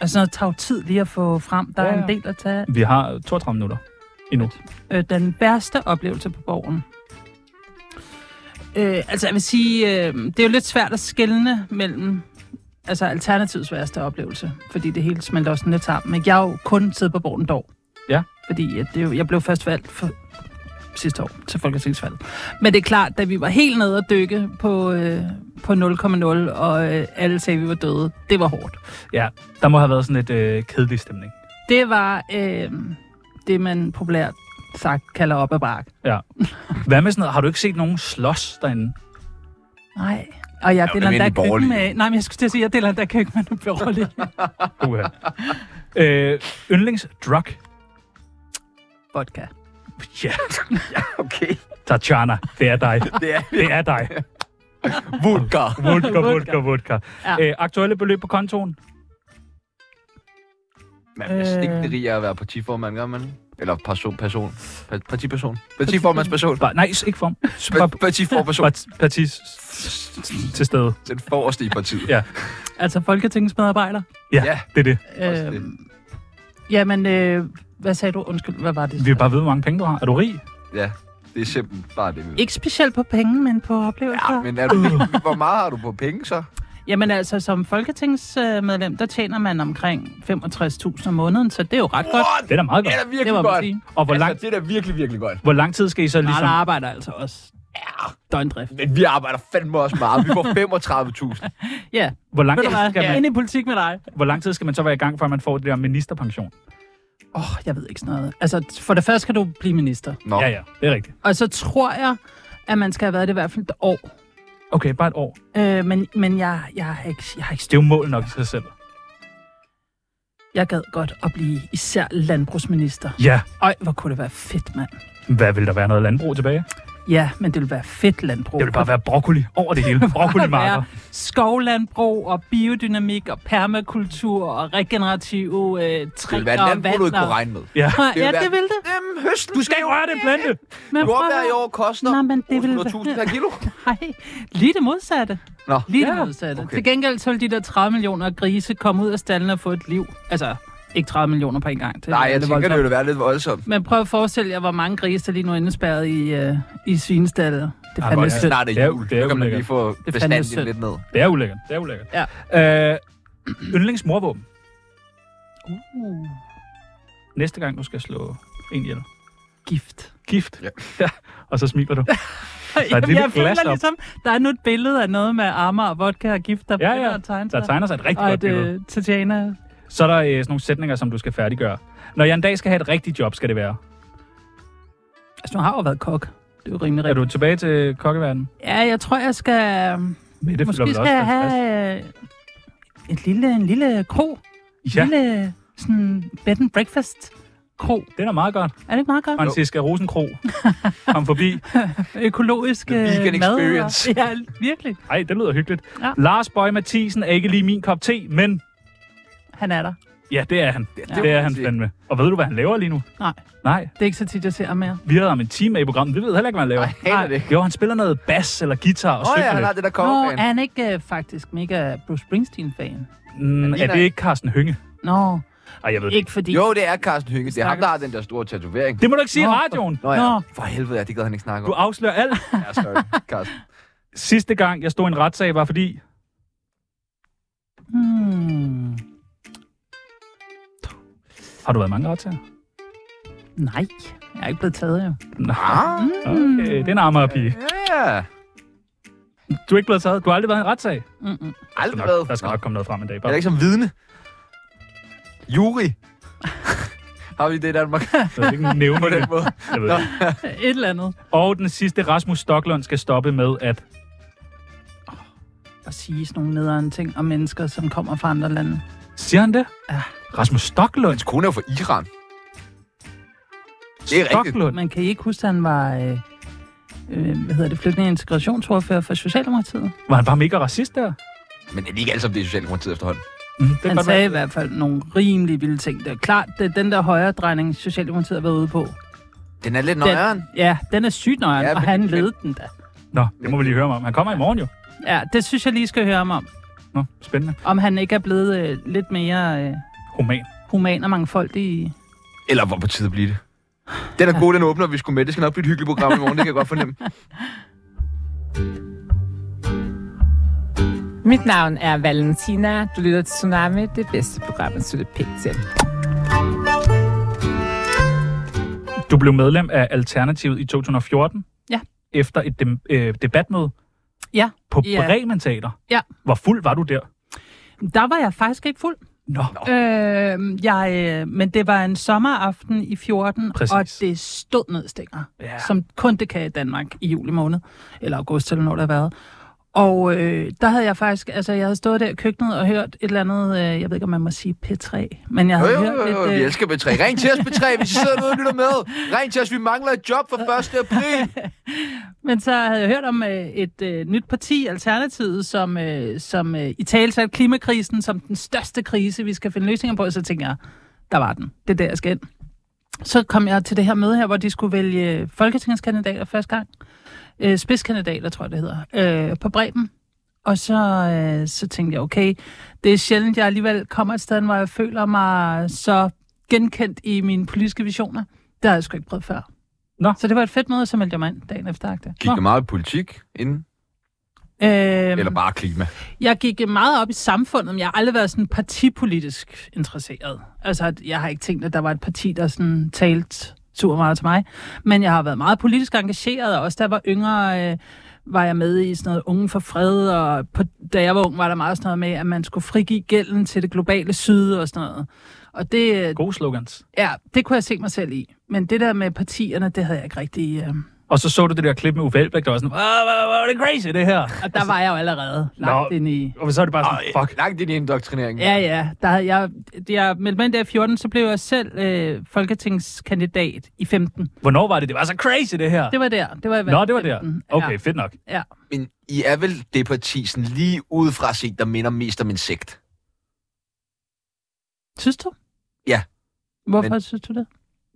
[SPEAKER 2] Og sådan noget tager jo tid lige at få frem. Der
[SPEAKER 3] Ja,
[SPEAKER 2] er
[SPEAKER 3] ja.
[SPEAKER 2] en del at tage.
[SPEAKER 3] Vi har 32 minutter endnu.
[SPEAKER 2] Øh, den værste oplevelse på borgen? Øh, altså, jeg vil sige, øh, det er jo lidt svært at skelne mellem altså alternativets værste oplevelse, fordi det hele smelter også sådan lidt sammen. Ikke? Jeg har jo kun siddet på borgen et år.
[SPEAKER 3] Ja.
[SPEAKER 2] Fordi at det er jo, jeg blev først valgt for sidste år til Folketingsvalget. Men det er klart, da vi var helt nede og dykke på, øh, på 0,0, og øh, alle sagde, at vi var døde, det var hårdt.
[SPEAKER 3] Ja, der må have været sådan lidt øh, kedelig stemning.
[SPEAKER 2] Det var øh, det, man populært sagt kalder op ad brak.
[SPEAKER 3] Hvad med sådan noget? Har du ikke set nogen slås derinde?
[SPEAKER 2] Nej. Og jeg
[SPEAKER 1] jo
[SPEAKER 2] deler
[SPEAKER 1] almindelig
[SPEAKER 2] endda køkken
[SPEAKER 1] borgerlig.
[SPEAKER 2] med... Nej, men jeg skulle til at sige, at jeg deler endda køkken med nogle borgerlige.
[SPEAKER 3] Uha. øh, yndlingsdrug?
[SPEAKER 2] Vodka.
[SPEAKER 3] Ja,
[SPEAKER 1] Okay.
[SPEAKER 3] Tatjana, det er dig.
[SPEAKER 1] Det er
[SPEAKER 3] Det er dig.
[SPEAKER 1] Vulgar.
[SPEAKER 3] Vodka, vodka,
[SPEAKER 2] Vodka.
[SPEAKER 3] vodka.
[SPEAKER 2] Ja.
[SPEAKER 3] Øh, aktuelle beløb på kontoen?
[SPEAKER 1] Man bliver
[SPEAKER 2] Øh.
[SPEAKER 1] stigtende rig af at være partiformand, gør man ikke? Eller person, person. Pa- Partiperson. Partiformandsperson.
[SPEAKER 3] Bare, nej, ikke form.
[SPEAKER 1] Pa- Partiforperson.
[SPEAKER 3] Part- Parti s- s- til stede.
[SPEAKER 1] Den forreste i partiet.
[SPEAKER 3] Ja.
[SPEAKER 2] Altså Folketingets medarbejder.
[SPEAKER 3] Ja,
[SPEAKER 1] Ja.
[SPEAKER 3] det er det.
[SPEAKER 1] Også det.
[SPEAKER 2] Øhm, jamen, øh, hvad sagde du? Undskyld, hvad var det?
[SPEAKER 3] Vi vil bare vide, hvor mange penge du har. Er du rig?
[SPEAKER 1] Ja, det er simpelthen bare det. vi vil.
[SPEAKER 2] Ikke specielt på penge, men på oplevelser. Ja, men...
[SPEAKER 1] Men er du, hvor meget har du på penge så?
[SPEAKER 2] Jamen altså, som folketingsmedlem, der tjener man omkring 65.000 om måneden, så det er jo ret godt.
[SPEAKER 1] What?
[SPEAKER 3] Det er da meget
[SPEAKER 1] Det
[SPEAKER 3] godt.
[SPEAKER 1] er da virkelig
[SPEAKER 2] Det må man
[SPEAKER 1] godt.
[SPEAKER 2] sige.
[SPEAKER 3] Og hvor lang,
[SPEAKER 1] Altså, det er da virkelig, virkelig godt.
[SPEAKER 3] hvor lang tid skal I så
[SPEAKER 2] Ligesom...
[SPEAKER 3] ligesom...
[SPEAKER 2] Arne arbejder altså også. Ja, døgndrift.
[SPEAKER 1] Men vi arbejder fandme også meget. Vi får 35.000.
[SPEAKER 2] Ja,
[SPEAKER 3] Hvor lang,
[SPEAKER 2] ved du
[SPEAKER 3] tid
[SPEAKER 2] hvad?
[SPEAKER 3] skal
[SPEAKER 2] Jeg er
[SPEAKER 3] man,
[SPEAKER 2] inde i politik med dig.
[SPEAKER 3] hvor lang tid skal man så være i gang, før man får det der ministerpension?
[SPEAKER 2] Åh, oh, jeg ved ikke sådan noget. Altså, for det første skal du blive minister.
[SPEAKER 1] Nå.
[SPEAKER 3] Ja, ja, det er rigtigt.
[SPEAKER 2] Og så tror jeg, at man skal have været det i hvert fald et år.
[SPEAKER 3] Okay, bare et år.
[SPEAKER 2] Øh, men men jeg, jeg, har ikke, jeg har ikke
[SPEAKER 3] Det er jo mål nok i sig selv.
[SPEAKER 2] Jeg gad godt at blive især landbrugsminister.
[SPEAKER 3] Ja,
[SPEAKER 2] Øj, hvor kunne det være fedt, mand.
[SPEAKER 3] hvad vil der være noget landbrug tilbage?
[SPEAKER 2] Ja, men det ville være fedt landbrug.
[SPEAKER 3] Det vil bare være broccoli over det hele.
[SPEAKER 2] Der ville
[SPEAKER 3] Broccolimarker.
[SPEAKER 2] være skovlandbrug og biodynamik og permakultur og regenerative øh,
[SPEAKER 1] Det vil
[SPEAKER 2] træer
[SPEAKER 1] være et
[SPEAKER 2] og
[SPEAKER 1] landbrug, du
[SPEAKER 2] vand.
[SPEAKER 1] ikke kunne
[SPEAKER 2] og-
[SPEAKER 1] regne med.
[SPEAKER 3] Ja.
[SPEAKER 2] Ja,
[SPEAKER 1] vil
[SPEAKER 2] ja,
[SPEAKER 1] være-
[SPEAKER 2] det ville det.
[SPEAKER 1] Jamen, høsten.
[SPEAKER 3] Du skal ikke røre det plante.
[SPEAKER 2] Men prøv at
[SPEAKER 1] Jordbær i
[SPEAKER 2] høre.
[SPEAKER 1] år koster
[SPEAKER 2] Nå, men det vil
[SPEAKER 1] 800.000 per kilo.
[SPEAKER 2] Nej, lige det modsatte.
[SPEAKER 1] Nå.
[SPEAKER 2] Lige
[SPEAKER 3] Ja,
[SPEAKER 2] det modsatte.
[SPEAKER 1] okay.
[SPEAKER 2] Til gengæld så vil de der 30 millioner grise komme ud af stallen og få et liv. Altså, ikke 30 millioner på en gang. Det
[SPEAKER 1] Nej,
[SPEAKER 2] er
[SPEAKER 1] jeg
[SPEAKER 2] lidt
[SPEAKER 1] tænker, det
[SPEAKER 2] voldsomt.
[SPEAKER 1] ville være lidt voldsomt.
[SPEAKER 2] Men prøv at forestille jer, hvor mange grise, der lige nu er indespærret i, øh, i svinestallet. Det er
[SPEAKER 3] Ah,
[SPEAKER 2] fandme
[SPEAKER 3] hvor er
[SPEAKER 2] synd.
[SPEAKER 1] Snart er
[SPEAKER 3] Det er jo-
[SPEAKER 1] jul,
[SPEAKER 3] det er
[SPEAKER 1] så kan man
[SPEAKER 3] ulækkert.
[SPEAKER 1] lige få
[SPEAKER 2] fandme
[SPEAKER 1] bestanden
[SPEAKER 2] synd.
[SPEAKER 1] lidt ned.
[SPEAKER 3] Det er ulækkert. Det er ulækkert.
[SPEAKER 2] Ja.
[SPEAKER 3] Øh, yndlingsmorvåben.
[SPEAKER 2] Uh,
[SPEAKER 3] Næste gang, du skal slå en ihjel.
[SPEAKER 2] gift.
[SPEAKER 3] Gift.
[SPEAKER 1] Ja.
[SPEAKER 3] ja. Og så smiler du.
[SPEAKER 2] Jamen,
[SPEAKER 3] lille
[SPEAKER 2] jeg føler
[SPEAKER 3] glas op.
[SPEAKER 2] ligesom, der er nu et billede af noget med armer og vodka og gift, der
[SPEAKER 3] Ja,
[SPEAKER 2] begynder
[SPEAKER 3] ja.
[SPEAKER 2] at tegne sig.
[SPEAKER 3] Der tegner sig et rigtig
[SPEAKER 2] og
[SPEAKER 3] godt
[SPEAKER 2] at
[SPEAKER 3] billede.
[SPEAKER 2] øh, Tatjana...
[SPEAKER 3] Så er der øh, sådan nogle sætninger, som du skal færdiggøre. Når jeg en dag skal have et rigtigt job, skal det være.
[SPEAKER 2] Altså, nu har jeg jo været kok. Det er jo rimelig
[SPEAKER 3] Er
[SPEAKER 2] rigtigt.
[SPEAKER 3] du tilbage til kokkeverdenen?
[SPEAKER 2] Ja, jeg tror, jeg skal... øhm,
[SPEAKER 3] Mette fylder
[SPEAKER 2] Måske
[SPEAKER 3] vel
[SPEAKER 2] skal jeg
[SPEAKER 3] også 50.
[SPEAKER 2] have øh, et lille, en lille krog.
[SPEAKER 3] Ja,
[SPEAKER 2] Ja. Lille sådan bed and breakfast krog.
[SPEAKER 3] det er da meget godt.
[SPEAKER 2] Er det ikke meget godt?
[SPEAKER 3] Franziska Rosenkro. Kom forbi.
[SPEAKER 2] Økologisk
[SPEAKER 1] The
[SPEAKER 2] øh,
[SPEAKER 1] vegan
[SPEAKER 2] mad. og-
[SPEAKER 1] experience.
[SPEAKER 2] Ja, virkelig.
[SPEAKER 3] Ej, det lyder hyggeligt.
[SPEAKER 2] Ja.
[SPEAKER 3] Lars Bøj Mathisen er ikke lige min kop te, men
[SPEAKER 2] Han er der.
[SPEAKER 3] ja, det er han.
[SPEAKER 1] det
[SPEAKER 3] Ja,
[SPEAKER 1] må
[SPEAKER 3] det er
[SPEAKER 1] man
[SPEAKER 3] han
[SPEAKER 1] sige.
[SPEAKER 3] fandme. Og ved du, hvad han laver lige nu?
[SPEAKER 2] Nej,
[SPEAKER 3] Nej,
[SPEAKER 2] det er ikke så tit, jeg ser ham mere.
[SPEAKER 3] vi havde ham en time med i programmet. Vi ved heller ikke, hvad han laver.
[SPEAKER 1] Ej, aner det ikke.
[SPEAKER 3] Jo, han spiller noget bas eller guitar og
[SPEAKER 1] Åh ja,
[SPEAKER 3] synger
[SPEAKER 1] han har
[SPEAKER 3] lidt.
[SPEAKER 1] det der
[SPEAKER 2] Nå,
[SPEAKER 1] kommer.
[SPEAKER 2] er han ikke øh, faktisk mega Bruce Springsteen-fan?
[SPEAKER 3] Mm, er
[SPEAKER 1] ligner
[SPEAKER 3] det
[SPEAKER 1] ikke.
[SPEAKER 3] ikke Carsten Hynge?
[SPEAKER 2] Nå,
[SPEAKER 3] Ej, jeg ved det ikke.
[SPEAKER 2] ikke fordi...
[SPEAKER 1] Jo, det er Carsten Hynge. Det er ham,
[SPEAKER 2] Snakker-
[SPEAKER 1] der har den der store tatovering.
[SPEAKER 3] Det må du ikke sige i
[SPEAKER 2] Nå,
[SPEAKER 3] radioen.
[SPEAKER 1] Nå ja,
[SPEAKER 2] Nå.
[SPEAKER 1] for helvede, ja, det gad han ikke snakke
[SPEAKER 3] Du
[SPEAKER 1] om.
[SPEAKER 3] afslører alt.
[SPEAKER 1] Ja, sorry, Carsten.
[SPEAKER 3] Sidste gang, jeg stod i en retssag, var fordi...
[SPEAKER 2] Hmm,
[SPEAKER 3] Har du været i mange retssager?
[SPEAKER 2] nej, jeg er ikke blevet taget jo.
[SPEAKER 3] Nej.
[SPEAKER 1] Ah,
[SPEAKER 3] Okay, det er en amager pige.
[SPEAKER 1] ja.
[SPEAKER 3] Du er ikke blevet taget. Du har aldrig været i en retssag. Der
[SPEAKER 2] Mm-mm.
[SPEAKER 3] skal
[SPEAKER 1] Aldrig
[SPEAKER 3] nok-
[SPEAKER 1] været.
[SPEAKER 3] Der skal
[SPEAKER 1] Nå.
[SPEAKER 3] nok komme noget frem en dag.
[SPEAKER 1] Jeg er
[SPEAKER 3] Bare.
[SPEAKER 1] ikke som vidne. Juri. har vi det i Danmark
[SPEAKER 3] Jeg vil ikke nævne
[SPEAKER 1] på den
[SPEAKER 3] det.
[SPEAKER 1] måde?
[SPEAKER 3] Jeg ved det ikke.
[SPEAKER 2] Øh, Et eller andet
[SPEAKER 3] Og den sidste, Rasmus Stoklund skal stoppe med at...
[SPEAKER 2] at sige sådan nogle nederen ting om mennesker, som kommer fra andre lande.
[SPEAKER 3] Siger han det?
[SPEAKER 2] Ja.
[SPEAKER 3] Rasmus Stoklund?
[SPEAKER 1] Hans kone er jo fra Iran. Det er rigtigt.
[SPEAKER 3] Stoklund?
[SPEAKER 2] Man kan I ikke huske, at han var øh, øh, hvad hedder det, flygtninge- og integrationsordfører for Socialdemokratiet.
[SPEAKER 3] Var han bare mega racist der?
[SPEAKER 1] Men det er ikke alt sammen det er Socialdemokratiet efterhånden.
[SPEAKER 3] Mm, det kan
[SPEAKER 2] Han
[SPEAKER 3] godt
[SPEAKER 2] sagde
[SPEAKER 3] være.
[SPEAKER 2] i hvert fald nogle rimelig vilde ting. Det er klart, det er den der højre drejning, Socialdemokratiet har været ude på.
[SPEAKER 1] Den er lidt nøjeren.
[SPEAKER 2] Den, ja, den er sygt nøjeren,
[SPEAKER 1] Ja,
[SPEAKER 2] ja, og
[SPEAKER 1] men-
[SPEAKER 2] han
[SPEAKER 1] men-
[SPEAKER 2] ledte den da.
[SPEAKER 3] Nå, det må vi lige høre om. Han kommer i morgen jo.
[SPEAKER 2] Ja, det synes jeg lige skal høre ham om.
[SPEAKER 3] Nå, spændende.
[SPEAKER 2] Om han ikke er blevet øh, lidt mere øh,
[SPEAKER 3] Roman.
[SPEAKER 2] human og mangfoldig. i-
[SPEAKER 1] Eller hvor på tide bliver det? Den er god, den åbner vi skulle med. Det skal nok blive et hyggeligt program i morgen, det kan jeg godt fornemme.
[SPEAKER 6] Mit navn er Valentina. Du lytter til Tsunami, det bedste program, at slutte pænt til.
[SPEAKER 3] Du blev medlem af Alternativet i 2014.
[SPEAKER 2] Ja.
[SPEAKER 3] Efter et dem, øh, debatmøde
[SPEAKER 2] Ja,
[SPEAKER 3] på
[SPEAKER 2] Ja.
[SPEAKER 3] Bremen Teater.
[SPEAKER 2] Ja.
[SPEAKER 3] Hvor fuld var du der?
[SPEAKER 2] der var jeg faktisk ikke fuld.
[SPEAKER 3] Nå,
[SPEAKER 2] Øh, jeg, øh, men det var en sommeraften i 14,
[SPEAKER 3] Præcis.
[SPEAKER 2] og det stod ned stinger,
[SPEAKER 3] Ja.
[SPEAKER 2] som kun det kan i Danmark i juli måned, eller august, eller når det har været. Og øh, der havde jeg faktisk, altså jeg havde stået der i køkkenet og hørt et eller andet, øh, jeg ved ikke, om man må sige P3, men
[SPEAKER 1] Jo,
[SPEAKER 2] jeg havde
[SPEAKER 1] jo, jo,
[SPEAKER 2] hørt
[SPEAKER 1] jo,
[SPEAKER 2] et... øh,
[SPEAKER 1] vi elsker B3. Ring til os, B3, hvis I sidder derude og lytter med. Ring til os, vi mangler et job for 1. april.
[SPEAKER 2] Men så havde jeg hørt om øh, et øh, nyt parti, Alternativet, som, øh, som øh, i tale satte klimakrisen som den største krise, vi skal finde løsninger på. Så tænkte jeg, der var den. Det er der, jeg skal ind. Så kom jeg til det her møde her, hvor de skulle vælge folketingskandidater første gang. Øh, spidskandidater, tror jeg, det hedder. Øh, på Bremen. Og så, øh, så tænkte jeg, okay, det er sjældent, jeg alligevel kommer et sted, hen, hvor jeg føler mig så genkendt i mine politiske visioner. Det har jeg sgu ikke prøvet før.
[SPEAKER 3] Nå.
[SPEAKER 2] Så det var et fedt møde, som meldte jeg mig ind dagen efter. agtigt.
[SPEAKER 1] Gik det meget i politik inden?
[SPEAKER 2] Øhm,
[SPEAKER 1] Eller bare klima?
[SPEAKER 2] Jeg gik øh, meget op i samfundet, men jeg har aldrig været sådan partipolitisk interesseret. Altså, at jeg har ikke tænkt, at der var et parti, der sådan talte super meget til mig. Men jeg har været meget politisk engageret, og også da jeg var yngre, øh, var jeg med i sådan noget Unge for Fred, og på, da jeg var ung, var der meget sådan noget med, at man skulle frigive gælden til det globale syd og sådan noget. Og det, øh,
[SPEAKER 3] gode slogans.
[SPEAKER 2] ja, det kunne jeg se mig selv i. Men det der med partierne, det havde jeg ikke rigtig... Øh,
[SPEAKER 3] Og så så du det der klip med Uffe Elbæk, der var sådan, wow, wow, wow, det er crazy, det her.
[SPEAKER 2] og der var jeg jo allerede langt
[SPEAKER 3] Nå.
[SPEAKER 2] ind i...
[SPEAKER 3] Og så er det bare sådan, fuck.
[SPEAKER 1] Langt ind i indoktrineringen.
[SPEAKER 2] Ja, ja. Der havde jeg, jeg meldte mig ind der i 14, så blev jeg selv øh, folketingskandidat i 15.
[SPEAKER 3] Hvornår var det? Det var så crazy, det her.
[SPEAKER 2] Det var der. Det var i
[SPEAKER 3] Nå, det var der.
[SPEAKER 2] 15.
[SPEAKER 3] Okay,
[SPEAKER 2] Ja,
[SPEAKER 3] fedt nok.
[SPEAKER 2] ja.
[SPEAKER 1] Men I er vel det parti, sådan lige udefra set, der minder mest om en sekt?
[SPEAKER 2] Synes du?
[SPEAKER 1] Ja.
[SPEAKER 2] Hvorfor
[SPEAKER 1] Men-
[SPEAKER 2] synes du det?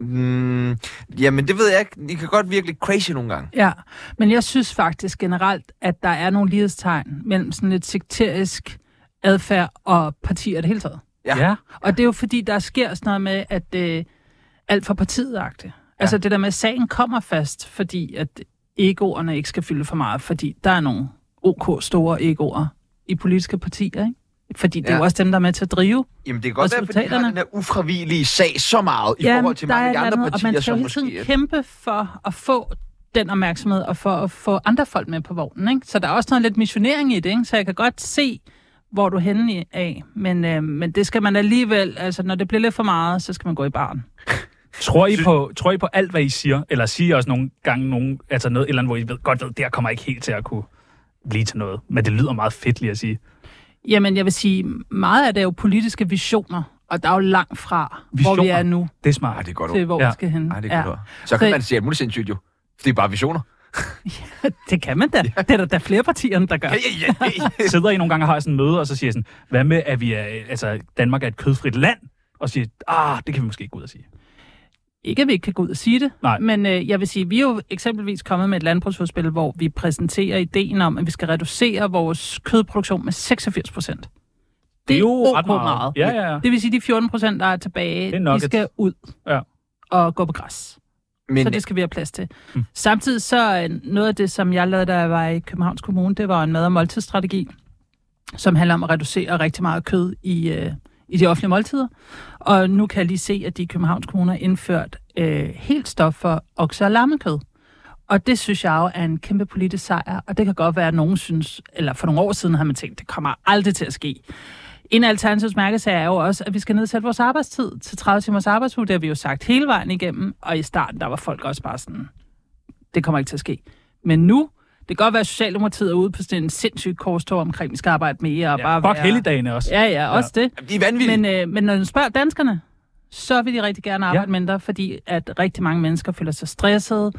[SPEAKER 1] Mm, jamen, det ved jeg ikke. Det kan godt virke lidt crazy nogle gange.
[SPEAKER 2] Ja, men jeg synes faktisk generelt, at der er nogle lighedstegn mellem sådan et sekterisk adfærd og partier i det hele taget.
[SPEAKER 1] Ja.
[SPEAKER 3] ja.
[SPEAKER 2] Og det er jo fordi, der sker sådan noget med, at øh, alt for partiet ja. Altså det der med, at sagen kommer fast, fordi at egoerne ikke skal fylde for meget, fordi der er nogle ok store egoer i politiske partier, ikke? Fordi det er
[SPEAKER 1] Ja.
[SPEAKER 2] jo også dem, der er med til at drive.
[SPEAKER 1] Jamen, det kan godt være, fordi de har
[SPEAKER 2] Resultaterne.
[SPEAKER 1] den der ufravigelige sag så meget i forhold til
[SPEAKER 2] der
[SPEAKER 1] mange
[SPEAKER 2] er
[SPEAKER 1] af
[SPEAKER 2] et
[SPEAKER 1] de
[SPEAKER 2] eller
[SPEAKER 1] andre
[SPEAKER 2] andet, Og
[SPEAKER 1] partier,
[SPEAKER 2] man skal jo
[SPEAKER 1] som
[SPEAKER 2] hele tiden
[SPEAKER 1] måske...
[SPEAKER 2] kæmpe for at få den opmærksomhed, og for at få andre folk med på vognen. Ikke? Så der er også noget lidt missionering i det, ikke? så jeg kan godt se, hvor du er henne i- af. Men, øh, men det skal man alligevel, altså når det bliver lidt for meget, så skal man gå i baren.
[SPEAKER 3] Tror I, på, tror I på alt, hvad I siger? Eller siger I også nogle gange nogen, altså noget et eller andet, hvor I ved, godt ved, der kommer jeg ikke helt til at kunne blive til noget. Men det lyder meget fedt lige at sige.
[SPEAKER 2] Jamen, jeg vil sige, meget af det er jo politiske visioner, og der er jo langt fra, hvor vi
[SPEAKER 3] Visioner?
[SPEAKER 2] er nu,
[SPEAKER 3] Det er
[SPEAKER 1] Ej,
[SPEAKER 3] smart.
[SPEAKER 1] Ah, det er godt ord.
[SPEAKER 2] til hvor
[SPEAKER 3] Ja.
[SPEAKER 2] vi skal hen.
[SPEAKER 1] Ej, det er
[SPEAKER 2] ja.
[SPEAKER 1] godt ord. Så kan
[SPEAKER 2] Så-
[SPEAKER 1] man sige alt muligt sindssygt jo. Det er bare visioner.
[SPEAKER 2] det kan man da. Det er der, der er flere partier, end der gør.
[SPEAKER 1] Ja, ja, ja, ja.
[SPEAKER 3] Sidder I nogle gange og har sådan en møde, og så siger I sådan, hvad med, at vi er, altså, Danmark er et kødfrit land? Og siger, ah, det kan vi måske ikke gå ud og sige.
[SPEAKER 2] Ikke, at vi ikke kan gå ud og sige det,
[SPEAKER 3] Nej.
[SPEAKER 2] men øh, jeg vil sige, vi er jo eksempelvis kommet med et landbrugsudspil, hvor vi præsenterer ideen om, at vi skal reducere vores kødproduktion med 86 procent. Det,
[SPEAKER 3] er jo ret
[SPEAKER 2] ok
[SPEAKER 3] meget. Ja, ja, ja.
[SPEAKER 2] Det vil sige, de 14 procent, der er tilbage,
[SPEAKER 3] Det er
[SPEAKER 2] de
[SPEAKER 3] nuggets.
[SPEAKER 2] skal ud
[SPEAKER 3] Ja.
[SPEAKER 2] og gå på græs.
[SPEAKER 1] Men,
[SPEAKER 2] så det skal vi have plads til. Mm. Samtidig så øh, noget af det, som jeg lavede, da jeg var i Københavns Kommune, det var en mad- og måltidsstrategi, som handler om at reducere rigtig meget kød i, øh, i de offentlige måltider. Og nu kan jeg lige se, at de i Københavns Kommune har indført øh, helt stop for okse- og lammekød. Og det synes jeg jo er en kæmpe politisk sejr, og det kan godt være, at nogen synes, eller for nogle år siden har man tænkt, det kommer aldrig til at ske. En af Alternativets mærkesager er jo også, at vi skal nedsætte vores arbejdstid til 30 timers arbejdsuge. Det har vi jo sagt hele vejen igennem, og i starten, der var folk også bare sådan, det kommer ikke til at ske. Men nu, det kan godt være, at Socialdemokratiet er ude på sådan en sindssyg korstog omkring, vi skal arbejde mere og
[SPEAKER 3] Ja,
[SPEAKER 2] bare
[SPEAKER 3] fuck
[SPEAKER 2] være...
[SPEAKER 3] helligdagene også.
[SPEAKER 2] Ja, ja, også ja. det.
[SPEAKER 1] de er vanvittige.
[SPEAKER 2] Men, øh, men når du spørger danskerne, så vil de rigtig gerne arbejde
[SPEAKER 3] Ja.
[SPEAKER 2] ja. mindre, fordi at rigtig mange mennesker føler sig stressede.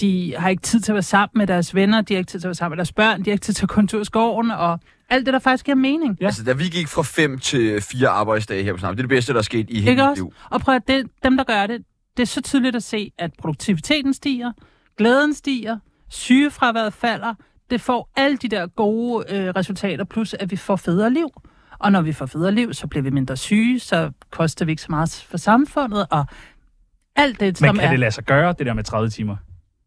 [SPEAKER 2] De har ikke tid til at være sammen med deres venner, de har ikke tid til at være sammen med deres børn, de har ikke tid til at gå en tur i skoven, og alt det, der faktisk giver mening.
[SPEAKER 3] Ja.
[SPEAKER 1] Altså, da vi gik fra 5 til 4 arbejdsdage her på Snap, det er det bedste, der er sket i hele
[SPEAKER 2] Ikke
[SPEAKER 1] mit
[SPEAKER 2] også?
[SPEAKER 1] liv.
[SPEAKER 2] Og prøv at det, dem, der gør det, det er så tydeligt at se, at produktiviteten stiger, glæden stiger, sygefraværet falder. Det får alle de der gode øh, resultater, plus at vi får federe liv. Og når vi får federe liv, så bliver vi mindre syge, så koster vi ikke så meget for samfundet, og alt det, som
[SPEAKER 3] Men kan
[SPEAKER 2] er...
[SPEAKER 3] det lade sig gøre, det der med 30 timer?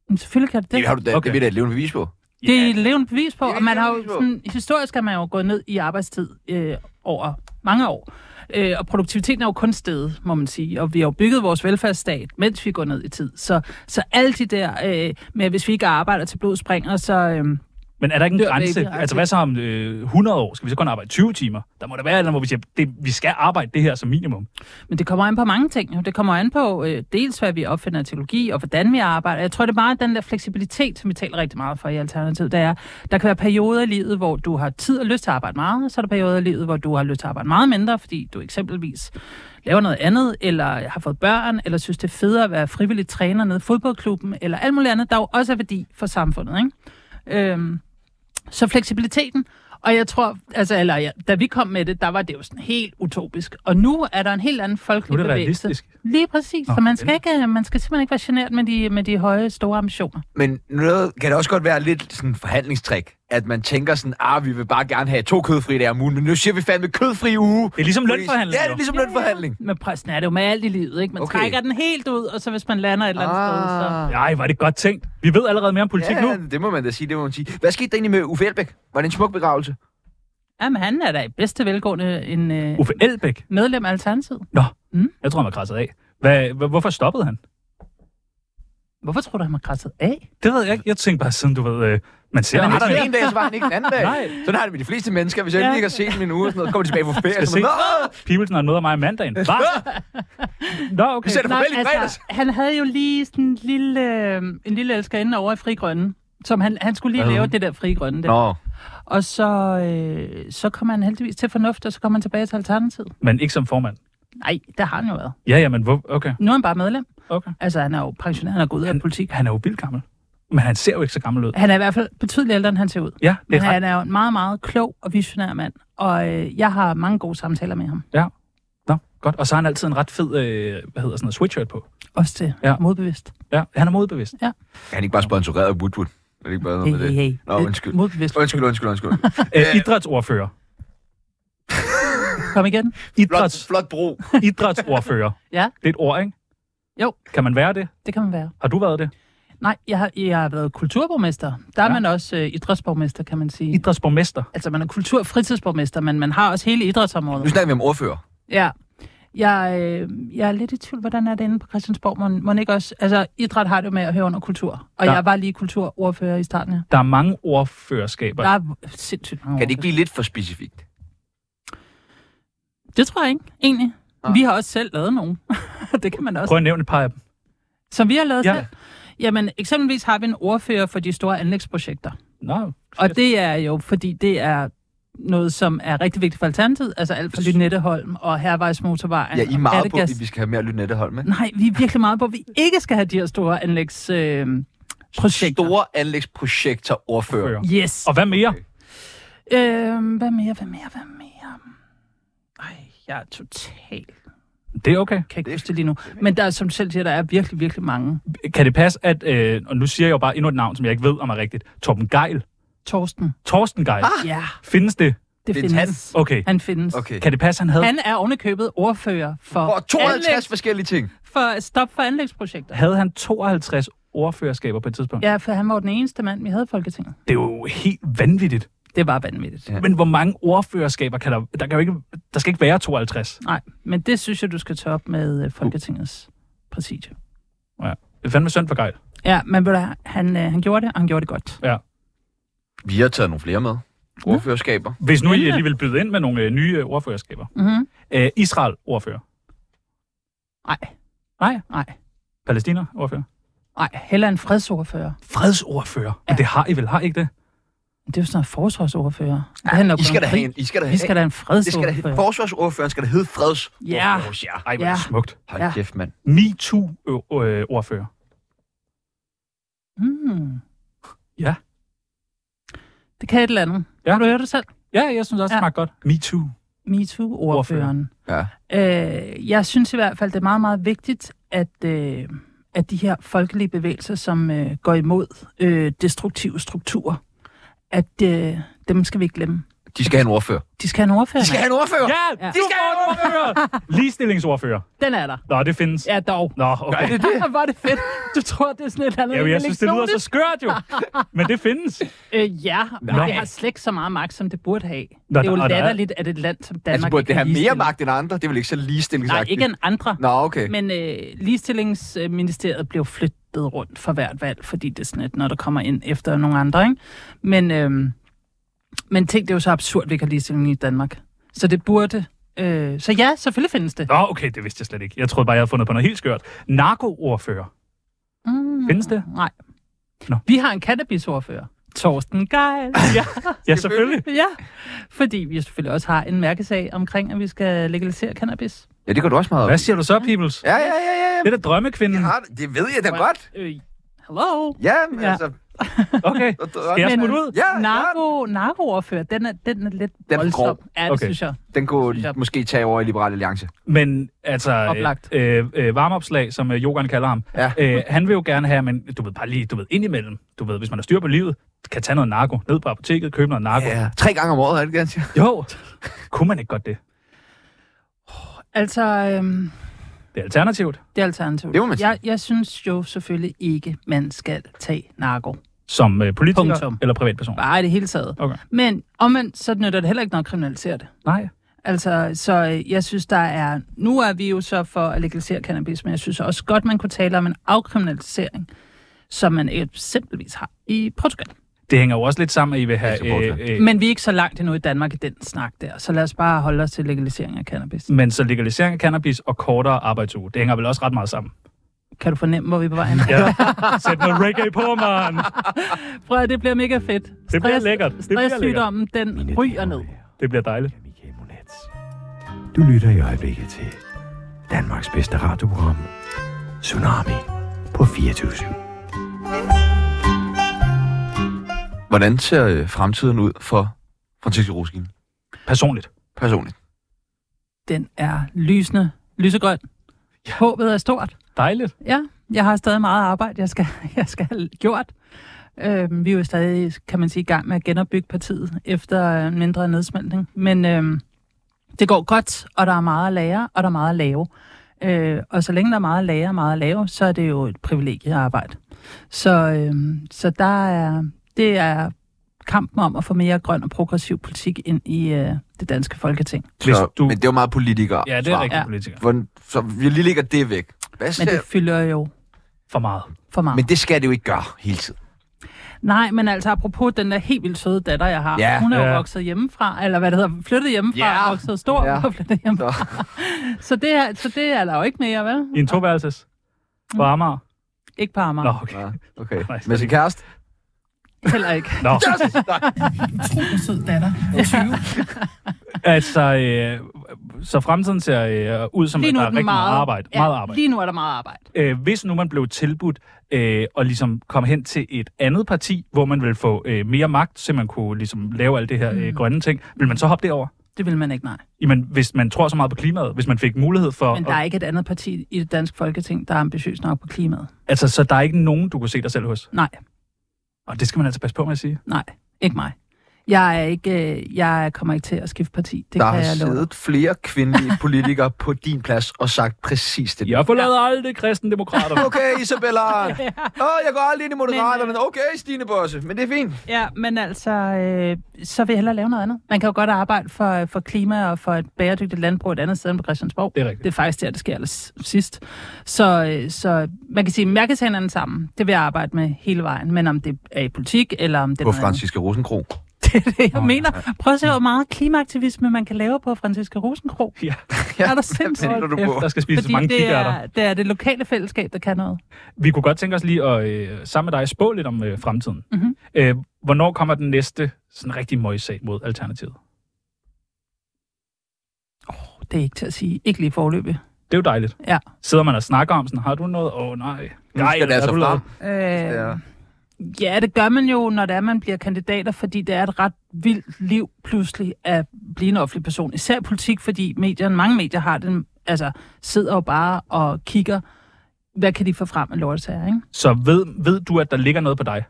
[SPEAKER 2] Men Selvfølgelig kan det det.
[SPEAKER 1] Det har du da,
[SPEAKER 3] Okay.
[SPEAKER 1] okay. det er da et levende bevis på.
[SPEAKER 2] Det er et levende bevis på,
[SPEAKER 1] Det er
[SPEAKER 2] og
[SPEAKER 1] et
[SPEAKER 2] man har jo
[SPEAKER 1] levende bevis
[SPEAKER 2] sådan, historisk er man jo gået ned i arbejdstid øh, over mange år. Øh, og produktiviteten er jo kun steget, må man sige. Og vi har jo bygget vores velfærdsstat, mens vi går ned i tid. Så, så alle de der øh, med, at hvis vi ikke arbejder til blod springer, så... Øh,
[SPEAKER 3] Men er der ikke en
[SPEAKER 2] Dør
[SPEAKER 3] grænse?
[SPEAKER 2] baby-agtigt.
[SPEAKER 3] Altså, hvad så om øh, 100 år? Skal vi så kun arbejde 20 timer? Der må der være et eller andet, hvor vi siger, det, vi skal arbejde det her som minimum.
[SPEAKER 2] men det kommer an på mange ting. jo. Det kommer an på øh, dels, hvad vi opfinder af teknologi, og hvordan vi arbejder. Jeg tror, det er meget den der fleksibilitet, som vi taler rigtig meget for i Alternativet. Det er, der kan være perioder i livet, hvor du har tid og lyst til at arbejde meget, og så er der perioder i livet, hvor du har lyst til at arbejde meget mindre, fordi du eksempelvis laver noget andet, eller har fået børn, eller synes, det er federe at være frivillig træner nede i fodboldklubben, eller alt muligt andet, der jo også er værdi for samfundet. Ikke? Øhm, så fleksibiliteten, og jeg tror, altså, eller ja, da vi kom med det, der var det jo sådan helt utopisk. Og nu er der en helt anden
[SPEAKER 3] Nu
[SPEAKER 2] folkelig
[SPEAKER 3] er det
[SPEAKER 2] bevægelse.
[SPEAKER 3] realistisk.
[SPEAKER 2] Lige præcis,
[SPEAKER 3] Nå,
[SPEAKER 2] så man skal, ikke, øh, man skal simpelthen ikke være generet med de, med de høje, store ambitioner.
[SPEAKER 1] Men noget kan det også godt være lidt sådan en forhandlingstrik, at man tænker sådan, ah, vi vil bare gerne have to kødfri dage om ugen, men nu siger vi fandme kødfri uge.
[SPEAKER 3] Det er ligesom lønforhandling.
[SPEAKER 1] Ja, det er ligesom lønforhandling.
[SPEAKER 2] Men prøv, sådan er det jo med alt i livet, ikke? Man
[SPEAKER 1] Okay.
[SPEAKER 2] okay. trækker den helt ud, og så hvis man lander et eller andet ah. sted, så...
[SPEAKER 3] Ej, var det godt tænkt. Vi ved allerede mere om politik
[SPEAKER 1] ligesom- Ja,
[SPEAKER 3] nu.
[SPEAKER 1] det må man da sige, det må man sige. Hvad skete der egentlig med Uffe Elbæk? Var det en smuk begravelse?
[SPEAKER 2] Jamen, han er da i bedste velgående en øh,
[SPEAKER 3] Uffe Elbæk.
[SPEAKER 2] medlem af Alternativet.
[SPEAKER 3] Nå,
[SPEAKER 2] Mm.
[SPEAKER 3] jeg tror, han var krasset af. Hvad, hvor- hvorfor stoppede han?
[SPEAKER 2] Hvorfor tror du, han har krasset af?
[SPEAKER 3] Det ved jeg ikke. Jeg tænkte bare, siden du ved, øh, man ser
[SPEAKER 1] Ja,
[SPEAKER 3] ham
[SPEAKER 1] han er
[SPEAKER 3] aldrig.
[SPEAKER 1] der en dag, så var han ikke den anden dag.
[SPEAKER 3] Nej.
[SPEAKER 1] Sådan har det med de fleste mennesker. Hvis jeg
[SPEAKER 2] Ja.
[SPEAKER 1] ja. ikke har set min uge, og sådan noget, så kommer de tilbage på ferie.
[SPEAKER 3] Skal
[SPEAKER 1] Så man,
[SPEAKER 3] se.
[SPEAKER 1] "Åh,
[SPEAKER 3] Pibelsen, han møder mig om mandagen. Hvad? Nå, altså-
[SPEAKER 1] vi
[SPEAKER 3] okay.
[SPEAKER 1] ser det farvel i fredags.
[SPEAKER 2] altså, han havde jo lige sådan en lille, øh, en lille elskerinde over i Fri Grønne, som han, han skulle lige
[SPEAKER 1] Hvad?
[SPEAKER 2] lave det der Fri Grønne der.
[SPEAKER 1] Nå,
[SPEAKER 2] Og så, øh, så kom han heldigvis til fornuft, og så kom han tilbage til Alternativet.
[SPEAKER 3] Men ikke som formand.
[SPEAKER 2] Nej, det har han jo været.
[SPEAKER 3] Ja, ja, men hvor, okay.
[SPEAKER 2] Nu er han bare medlem.
[SPEAKER 3] okay.
[SPEAKER 2] Altså, han er jo pensioneret, han er gået ud af politik.
[SPEAKER 3] Han er jo bilgammel. Men han ser jo ikke så gammel ud.
[SPEAKER 2] Han er i hvert fald betydeligt ældre, end han ser ud.
[SPEAKER 3] Ja, det
[SPEAKER 2] Men
[SPEAKER 3] er ret.
[SPEAKER 2] han er jo en meget, meget klog og visionær mand, og øh, jeg har mange gode samtaler med ham.
[SPEAKER 3] Ja. Nå, Godt. Og så har han altid en ret fed, øh, hvad hedder sådan noget, sweatshirt på.
[SPEAKER 2] Også det.
[SPEAKER 3] Ja.
[SPEAKER 2] Ja. Modbevidst.
[SPEAKER 3] Ja, han er modbevidst.
[SPEAKER 1] Er han ikke bare sponsoreret af Woodwood? Er det ikke bare noget med det? Nå,
[SPEAKER 2] Øh,
[SPEAKER 1] undskyld.
[SPEAKER 2] Modbevidst.
[SPEAKER 1] Undskyld, undskyld, undskyld.
[SPEAKER 3] Æ, Øh, idrætsordfører.
[SPEAKER 2] Kom igen.
[SPEAKER 1] Flot,
[SPEAKER 3] Idræts,
[SPEAKER 1] flot bro.
[SPEAKER 3] idrætsordfører.
[SPEAKER 2] Ja.
[SPEAKER 3] Det er et ord, ikke?
[SPEAKER 2] Jo.
[SPEAKER 3] Kan man være det?
[SPEAKER 2] Det kan man være.
[SPEAKER 3] Har du været det?
[SPEAKER 2] Nej, jeg har, jeg har været kulturborgmester. Der er
[SPEAKER 3] Ja.
[SPEAKER 2] ja. man også øh, idrætsborgmester, kan man sige.
[SPEAKER 3] Idrætsborgmester.
[SPEAKER 2] altså, man er kultur- og fritidsborgmester, men man har også hele
[SPEAKER 1] Nu
[SPEAKER 2] idrætsområdet.
[SPEAKER 1] snakker vi om ordfører.
[SPEAKER 2] Ja. Jeg, øh, jeg er lidt i tvivl, hvordan er det inde på Christiansborg? Må, må ikke også, altså, idræt har det jo med at høre under kultur. Og
[SPEAKER 3] Ja.
[SPEAKER 2] ja. jeg var lige kulturordfører i starten. Ja.
[SPEAKER 3] Der er mange ordførerskaber.
[SPEAKER 2] Der er v- sindssygt mange
[SPEAKER 1] Kan det
[SPEAKER 2] ordfører.
[SPEAKER 1] ikke blive lidt for specifikt?
[SPEAKER 2] Det tror jeg ikke, egentlig.
[SPEAKER 1] Nej.
[SPEAKER 2] Vi har også selv lavet nogen. det kan man også.
[SPEAKER 3] Prøv at nævne et par af dem.
[SPEAKER 2] Som vi har lavet
[SPEAKER 3] Ja.
[SPEAKER 2] ja. selv. Jamen, eksempelvis har vi en ordfører for de store anlægsprojekter.
[SPEAKER 3] Nå,
[SPEAKER 2] Og det er jo, fordi det er noget, som er rigtig vigtigt for Alternativet. Altså alt fra Lynetteholm og Hervejsmotorvejen.
[SPEAKER 1] Ja, I er meget på,
[SPEAKER 2] Kattegas.
[SPEAKER 1] at vi skal have mere Lynette Holm, ikke?
[SPEAKER 2] Nej, vi er virkelig meget på, at vi ikke skal have de her store anlægsprojekter. Øh, projekter.
[SPEAKER 1] Store anlægsprojekter ordfører.
[SPEAKER 3] Ordfører.
[SPEAKER 2] Yes.
[SPEAKER 3] og hvad mere?
[SPEAKER 1] Okay.
[SPEAKER 2] Øhm, hvad mere, hvad mere, hvad mere? Ej, jeg er totalt...
[SPEAKER 3] Det er okay.
[SPEAKER 2] Kan ikke huske det lige nu. Men der er, som du selv siger, der er virkelig, virkelig mange.
[SPEAKER 3] Kan det passe, at... Øh, og nu siger jeg jo bare endnu et navn, som jeg ikke ved, om er rigtigt. Torben Geil.
[SPEAKER 2] Torsten.
[SPEAKER 3] Torsten Geil. Ah.
[SPEAKER 2] Ja,
[SPEAKER 3] Findes det?
[SPEAKER 2] det,
[SPEAKER 1] Det er
[SPEAKER 2] det findes.
[SPEAKER 3] Okay.
[SPEAKER 2] Han findes.
[SPEAKER 1] Okay.
[SPEAKER 3] Kan det passe, han havde...
[SPEAKER 2] Han er ovenekøbet ordfører for,
[SPEAKER 1] Og 52
[SPEAKER 2] anlægs-
[SPEAKER 1] forskellige ting.
[SPEAKER 2] for stop for anlægsprojekter.
[SPEAKER 3] Havde han 52 ordførerskaber på et tidspunkt?
[SPEAKER 2] Ja, for han var den eneste mand, vi havde i Folketinget.
[SPEAKER 3] Det er jo helt vanvittigt.
[SPEAKER 2] Det var vanvittigt.
[SPEAKER 1] Ja.
[SPEAKER 2] Ja.
[SPEAKER 3] Men hvor mange ordførerskaber kan der... Der, kan jo ikke, der skal ikke være 52.
[SPEAKER 2] Nej, men det synes jeg, du skal tage op
[SPEAKER 1] Uh.
[SPEAKER 2] med øh, Folketingets præsidium.
[SPEAKER 3] Det er fandme synd for Geil.
[SPEAKER 2] Ja, men ved du, hvad, han, øh, han gjorde det, og han gjorde det godt.
[SPEAKER 1] Vi har taget nogle flere med. Ordførerskaber.
[SPEAKER 3] Hvis nu I
[SPEAKER 2] Spændende.
[SPEAKER 3] lige vil byde ind med nogle øh, nye øh, ordførerskaber.
[SPEAKER 2] Mm-hmm.
[SPEAKER 3] Øh, Israel ordfører.
[SPEAKER 2] Nej,
[SPEAKER 3] Nej.
[SPEAKER 2] nej,
[SPEAKER 3] Palæstina ordfører.
[SPEAKER 2] nej. Heller en fredsordfører.
[SPEAKER 3] Fredsordfører. Ja. Men
[SPEAKER 2] Ja.
[SPEAKER 3] det har I vel, har I ikke det?
[SPEAKER 2] Det er jo sådan en forsvarsordfører. Det handler jo
[SPEAKER 1] I
[SPEAKER 2] kun
[SPEAKER 1] skal
[SPEAKER 2] om
[SPEAKER 1] da
[SPEAKER 2] krig.
[SPEAKER 1] have en, I skal da
[SPEAKER 2] Vi
[SPEAKER 1] have
[SPEAKER 2] skal da have en
[SPEAKER 1] det skal da,
[SPEAKER 2] fredsordfører.
[SPEAKER 1] forsvarsordføreren skal da hedde freds.
[SPEAKER 2] Ja.
[SPEAKER 1] ja.
[SPEAKER 3] Ej, hvor er det
[SPEAKER 2] Ja.
[SPEAKER 3] smukt.
[SPEAKER 1] Hold
[SPEAKER 2] Ja.
[SPEAKER 1] kæft, mand.
[SPEAKER 3] MeToo-ordfører.
[SPEAKER 2] Mm.
[SPEAKER 3] Ja.
[SPEAKER 2] Det kan et eller andet.
[SPEAKER 3] Ja.
[SPEAKER 2] Kan du høre det selv?
[SPEAKER 3] Ja, jeg synes også, det
[SPEAKER 2] Ja.
[SPEAKER 3] smagte godt. MeToo.
[SPEAKER 2] MeToo-ordføreren.
[SPEAKER 1] Ja.
[SPEAKER 2] Øh, jeg synes i hvert fald, det er meget, meget vigtigt, at, øh, at de her folkelige bevægelser, som øh, går imod øh, destruktive strukturer, at øh, dem skal vi ikke glemme.
[SPEAKER 1] De skal have en ordfører.
[SPEAKER 2] De skal have en ordfører.
[SPEAKER 1] De skal have en ordfører!
[SPEAKER 3] Ja,
[SPEAKER 2] Ja.
[SPEAKER 3] de skal have en ordfører! Ligestillingsordfører.
[SPEAKER 2] Den er der.
[SPEAKER 3] Nå, det findes.
[SPEAKER 2] Ja, dog.
[SPEAKER 3] Nå, okay.
[SPEAKER 1] det det?
[SPEAKER 2] Var det fedt. Du tror, det er sådan et eller andet
[SPEAKER 3] Ja, jeg synes, det lyder så
[SPEAKER 2] elektronisk?
[SPEAKER 3] skørt jo. Men det findes.
[SPEAKER 2] Øh, ja, men
[SPEAKER 3] Nå.
[SPEAKER 2] det har slet ikke så meget magt, som det burde have.
[SPEAKER 3] Nå,
[SPEAKER 2] det er jo
[SPEAKER 3] og der er-
[SPEAKER 2] latterligt, at et land som Danmark
[SPEAKER 1] Altså, burde det
[SPEAKER 2] ikke kan
[SPEAKER 1] have mere
[SPEAKER 2] ligestille.
[SPEAKER 1] magt end andre? Det er vel ikke så
[SPEAKER 2] Nej,
[SPEAKER 1] ligestillingsagtigt?
[SPEAKER 2] ikke end andre.
[SPEAKER 1] Nå, okay.
[SPEAKER 2] Men øh, ligestillingsministeriet blev flyttet rundt for hvert valg, fordi det er sådan lidt, når der kommer ind efter nogle andre, ikke? Men, øh, men tænk, det er jo så absurd, at vi ikke har ligestilling i Danmark. Så det burde... Øh, så ja, selvfølgelig findes det.
[SPEAKER 3] Nå, okay, det vidste jeg slet ikke. Jeg troede bare, jeg havde fundet på noget helt skørt. Narkoordfører.
[SPEAKER 2] Mm,
[SPEAKER 3] Findes det?
[SPEAKER 2] Nej.
[SPEAKER 3] Nå.
[SPEAKER 2] Vi har en cannabisordfører. Torsten Geil.
[SPEAKER 3] Ja, ja selvfølgelig.
[SPEAKER 2] ja, fordi vi selvfølgelig også har en mærkesag omkring, at vi skal legalisere cannabis.
[SPEAKER 1] Ja, det går du også meget op.
[SPEAKER 3] Hvad siger du så, Peoples?
[SPEAKER 1] Ja, ja, ja, ja. ja.
[SPEAKER 3] Det er da drømmekvinden.
[SPEAKER 1] Jeg har det. det ved jeg da godt.
[SPEAKER 2] Øh, hello?
[SPEAKER 1] Ja, men
[SPEAKER 2] Ja.
[SPEAKER 1] altså...
[SPEAKER 3] Okay. Skal jeg
[SPEAKER 2] Men-
[SPEAKER 3] smutte ud?
[SPEAKER 1] Ja, ja,
[SPEAKER 2] Narko, narkoordfører, den er, den er lidt
[SPEAKER 1] er
[SPEAKER 2] voldsom.
[SPEAKER 1] grov.
[SPEAKER 2] Ja, det
[SPEAKER 3] Okay.
[SPEAKER 2] okay. synes jeg.
[SPEAKER 1] den kunne de
[SPEAKER 2] Ja.
[SPEAKER 1] måske tage over i Liberal Alliance.
[SPEAKER 3] Men altså,
[SPEAKER 2] Oplagt.
[SPEAKER 3] øh, øh, varmeopslag, som øh, Jogan kalder ham,
[SPEAKER 1] Ja.
[SPEAKER 3] øh, han vil jo gerne have, men du ved bare lige, du ved, indimellem, du ved, hvis man har styr på livet, kan tage noget narko, ned på apoteket, købe noget narko.
[SPEAKER 1] Ja, tre gange om året, er det ikke det, han siger?
[SPEAKER 3] Jo, kunne man ikke godt det?
[SPEAKER 2] Altså, øhm,
[SPEAKER 3] Det er alternativt.
[SPEAKER 2] det er alternativt.
[SPEAKER 1] Det må man sige.
[SPEAKER 2] jeg, jeg synes jo selvfølgelig ikke, man skal tage narko.
[SPEAKER 3] Som øh, politiker
[SPEAKER 2] Punktum.
[SPEAKER 3] eller privatperson?
[SPEAKER 2] Bare i det hele taget.
[SPEAKER 3] Okay.
[SPEAKER 2] Men omvendt, så nytter det heller ikke noget at kriminalisere det.
[SPEAKER 3] Nej.
[SPEAKER 2] Altså, så øh, jeg synes, der er... Nu er vi jo så for at legalisere cannabis, men jeg synes også godt, man kunne tale om en afkriminalisering, som man eksempelvis har i Portugal.
[SPEAKER 3] Det hænger jo også lidt sammen, at I vil have...
[SPEAKER 1] Efter Portland.
[SPEAKER 3] Øh, øh,
[SPEAKER 2] Men vi er ikke så langt endnu i Danmark i den snak der, så lad os bare holde os til legalisering af cannabis.
[SPEAKER 3] øh, men så legalisering af cannabis og kortere arbejdsuge, det hænger vel også ret meget sammen.
[SPEAKER 2] Kan du fornemme, hvor vi er på vej hen?
[SPEAKER 3] Ja. Sæt noget reggae på, mand!
[SPEAKER 2] Prøv at, det bliver mega fedt.
[SPEAKER 3] Det bliver lækkert. Det bliver
[SPEAKER 2] Stresssygdommen, den ryger ned.
[SPEAKER 3] Det bliver dejligt.
[SPEAKER 8] Michael Monats. Du lytter i øjeblikket til Danmarks bedste radioprogram, Tsunami på 24
[SPEAKER 1] Hvordan ser øh, fremtiden ud for Francesco Roskilde?
[SPEAKER 3] Personligt.
[SPEAKER 1] Personligt.
[SPEAKER 2] Den er lysende, lysegrøn. Håbet er stort.
[SPEAKER 3] Dejligt.
[SPEAKER 2] Ja, jeg har stadig meget arbejde, jeg skal, jeg skal have gjort. Øh, vi er jo stadig, kan man sige, i gang med at genopbygge partiet efter øh, en mindre nedsmeltning. Men øh, det går godt, og der er meget at lære, og der er meget at lave. Øh, og så længe der er meget at lære og meget at lave, så er det jo et privilegie at arbejde. Så, øh, så der er, det er kampen om at få mere grøn og progressiv politik ind i øh, det danske folketing.
[SPEAKER 3] Hvis
[SPEAKER 1] Så,
[SPEAKER 3] du-
[SPEAKER 1] Men det er jo meget politikere.
[SPEAKER 3] Ja, det er
[SPEAKER 1] svar.
[SPEAKER 3] rigtigt,
[SPEAKER 2] Ja.
[SPEAKER 3] politiker.
[SPEAKER 1] Hvordan, så vi lige lægger det væk. Hvad
[SPEAKER 2] Men
[SPEAKER 1] siger?
[SPEAKER 2] det fylder jo
[SPEAKER 3] For meget.
[SPEAKER 2] for meget.
[SPEAKER 1] Men det skal det jo ikke gøre hele tiden.
[SPEAKER 2] Nej, men altså apropos den der helt vildt søde datter, jeg har.
[SPEAKER 1] Ja.
[SPEAKER 2] hun er jo
[SPEAKER 3] Ja.
[SPEAKER 2] vokset hjemmefra, eller hvad det hedder, flyttet hjemmefra,
[SPEAKER 1] Ja.
[SPEAKER 2] yeah. vokset stor
[SPEAKER 1] Ja.
[SPEAKER 2] yeah. og flyttet hjemmefra.
[SPEAKER 1] Så.
[SPEAKER 2] Så det, er, så det er der jo ikke mere, vel?
[SPEAKER 3] I en toværelses?
[SPEAKER 2] Mm.
[SPEAKER 3] På Amager?
[SPEAKER 2] Ikke på Amager.
[SPEAKER 3] Nå,
[SPEAKER 2] No.
[SPEAKER 3] okay.
[SPEAKER 1] Nå, okay.
[SPEAKER 3] Nej, slet
[SPEAKER 1] Med sin
[SPEAKER 3] ikke.
[SPEAKER 1] kæreste?
[SPEAKER 2] Heller ikke.
[SPEAKER 3] Nå.
[SPEAKER 2] Utrolig sød datter.
[SPEAKER 3] Altså, øh, så fremtiden ser øh, ud som,
[SPEAKER 2] Lige
[SPEAKER 3] at
[SPEAKER 2] nu
[SPEAKER 3] der
[SPEAKER 2] er
[SPEAKER 3] er
[SPEAKER 2] den
[SPEAKER 3] rigtig meget,
[SPEAKER 2] meget,
[SPEAKER 3] arbejde. meget arbejde.
[SPEAKER 2] Lige nu er der meget arbejde.
[SPEAKER 3] Øh, hvis nu man blev tilbudt øh, at ligesom komme hen til et andet parti, hvor man ville få øh, mere magt, så man kunne ligesom lave alle det her
[SPEAKER 2] Mm.
[SPEAKER 3] øh, grønne ting, vil man så hoppe derover?
[SPEAKER 2] Det vil man ikke, nej.
[SPEAKER 3] Jamen, hvis man tror så meget på klimaet, hvis man fik mulighed for...
[SPEAKER 2] Men der er ikke et andet parti i det danske folketing, der er ambitiøst nok på klimaet.
[SPEAKER 3] Altså, så der er ikke nogen, du kunne se dig selv hos.
[SPEAKER 2] Nej,
[SPEAKER 3] Og det skal man altså passe på med at sige.
[SPEAKER 2] nej. Ikke mig. Jeg, er ikke, øh, jeg kommer ikke til at skifte parti. Det
[SPEAKER 1] Der
[SPEAKER 2] kan
[SPEAKER 1] har
[SPEAKER 2] jeg love. dig.
[SPEAKER 1] siddet flere kvindelige politikere på din plads og sagt præcis det.
[SPEAKER 3] Jeg forlader ja. aldrig kristendemokrater.
[SPEAKER 1] Okay, Isabella. Åh, oh, jeg går aldrig ind i
[SPEAKER 2] Moderaterne.
[SPEAKER 1] Moderaterne. Okay, Stine Bosse. Men det er fint.
[SPEAKER 2] Ja, men altså, øh, så vil jeg hellere lave noget andet. Man kan jo godt arbejde for, for klima og for et bæredygtigt landbrug et andet sted end på Christiansborg.
[SPEAKER 3] Det er rigtigt.
[SPEAKER 2] Det er faktisk der, det sker aller sidst. Så, øh, så man kan sige, at mærke til hinanden sammen, det vil jeg arbejde med hele vejen. Men om det er i politik, eller om det er
[SPEAKER 1] På
[SPEAKER 2] noget andet.
[SPEAKER 1] Franciske Rosenkro.
[SPEAKER 2] Det er det, jeg mener. Prøv at se, hvor meget klimaaktivisme man kan lave på Francisca Rosenkro.
[SPEAKER 3] Ja.
[SPEAKER 2] Er der sindssygt?
[SPEAKER 1] tænker du på?
[SPEAKER 3] Der skal spises mange
[SPEAKER 2] det
[SPEAKER 3] kikærter.
[SPEAKER 2] er, det er det lokale fællesskab, der kan noget.
[SPEAKER 3] Vi kunne godt tænke os lige at øh, sammen med dig spå lidt om øh, fremtiden.
[SPEAKER 2] Mhm.
[SPEAKER 3] Mm-hmm. Øh, hvornår kommer den næste sådan rigtig møgssag mod Alternativet?
[SPEAKER 2] Det er ikke til at sige. Ikke lige forløbig.
[SPEAKER 3] Det er jo dejligt.
[SPEAKER 2] Ja.
[SPEAKER 3] Sidder man og snakker om sådan, har du noget? Åh oh, nej. Nej,
[SPEAKER 1] skal det
[SPEAKER 3] har
[SPEAKER 1] altså
[SPEAKER 3] du
[SPEAKER 1] frem.
[SPEAKER 3] noget?
[SPEAKER 2] Øh, Ja, det gør man jo, når det er, man bliver kandidater, fordi det er et ret vildt liv pludselig at blive en offentlig person. Især i politik, fordi medierne, mange medier har den, altså sidder jo bare og kigger, hvad kan de få frem af lortesager, ikke?
[SPEAKER 3] Så ved, ved du, at der ligger noget på dig?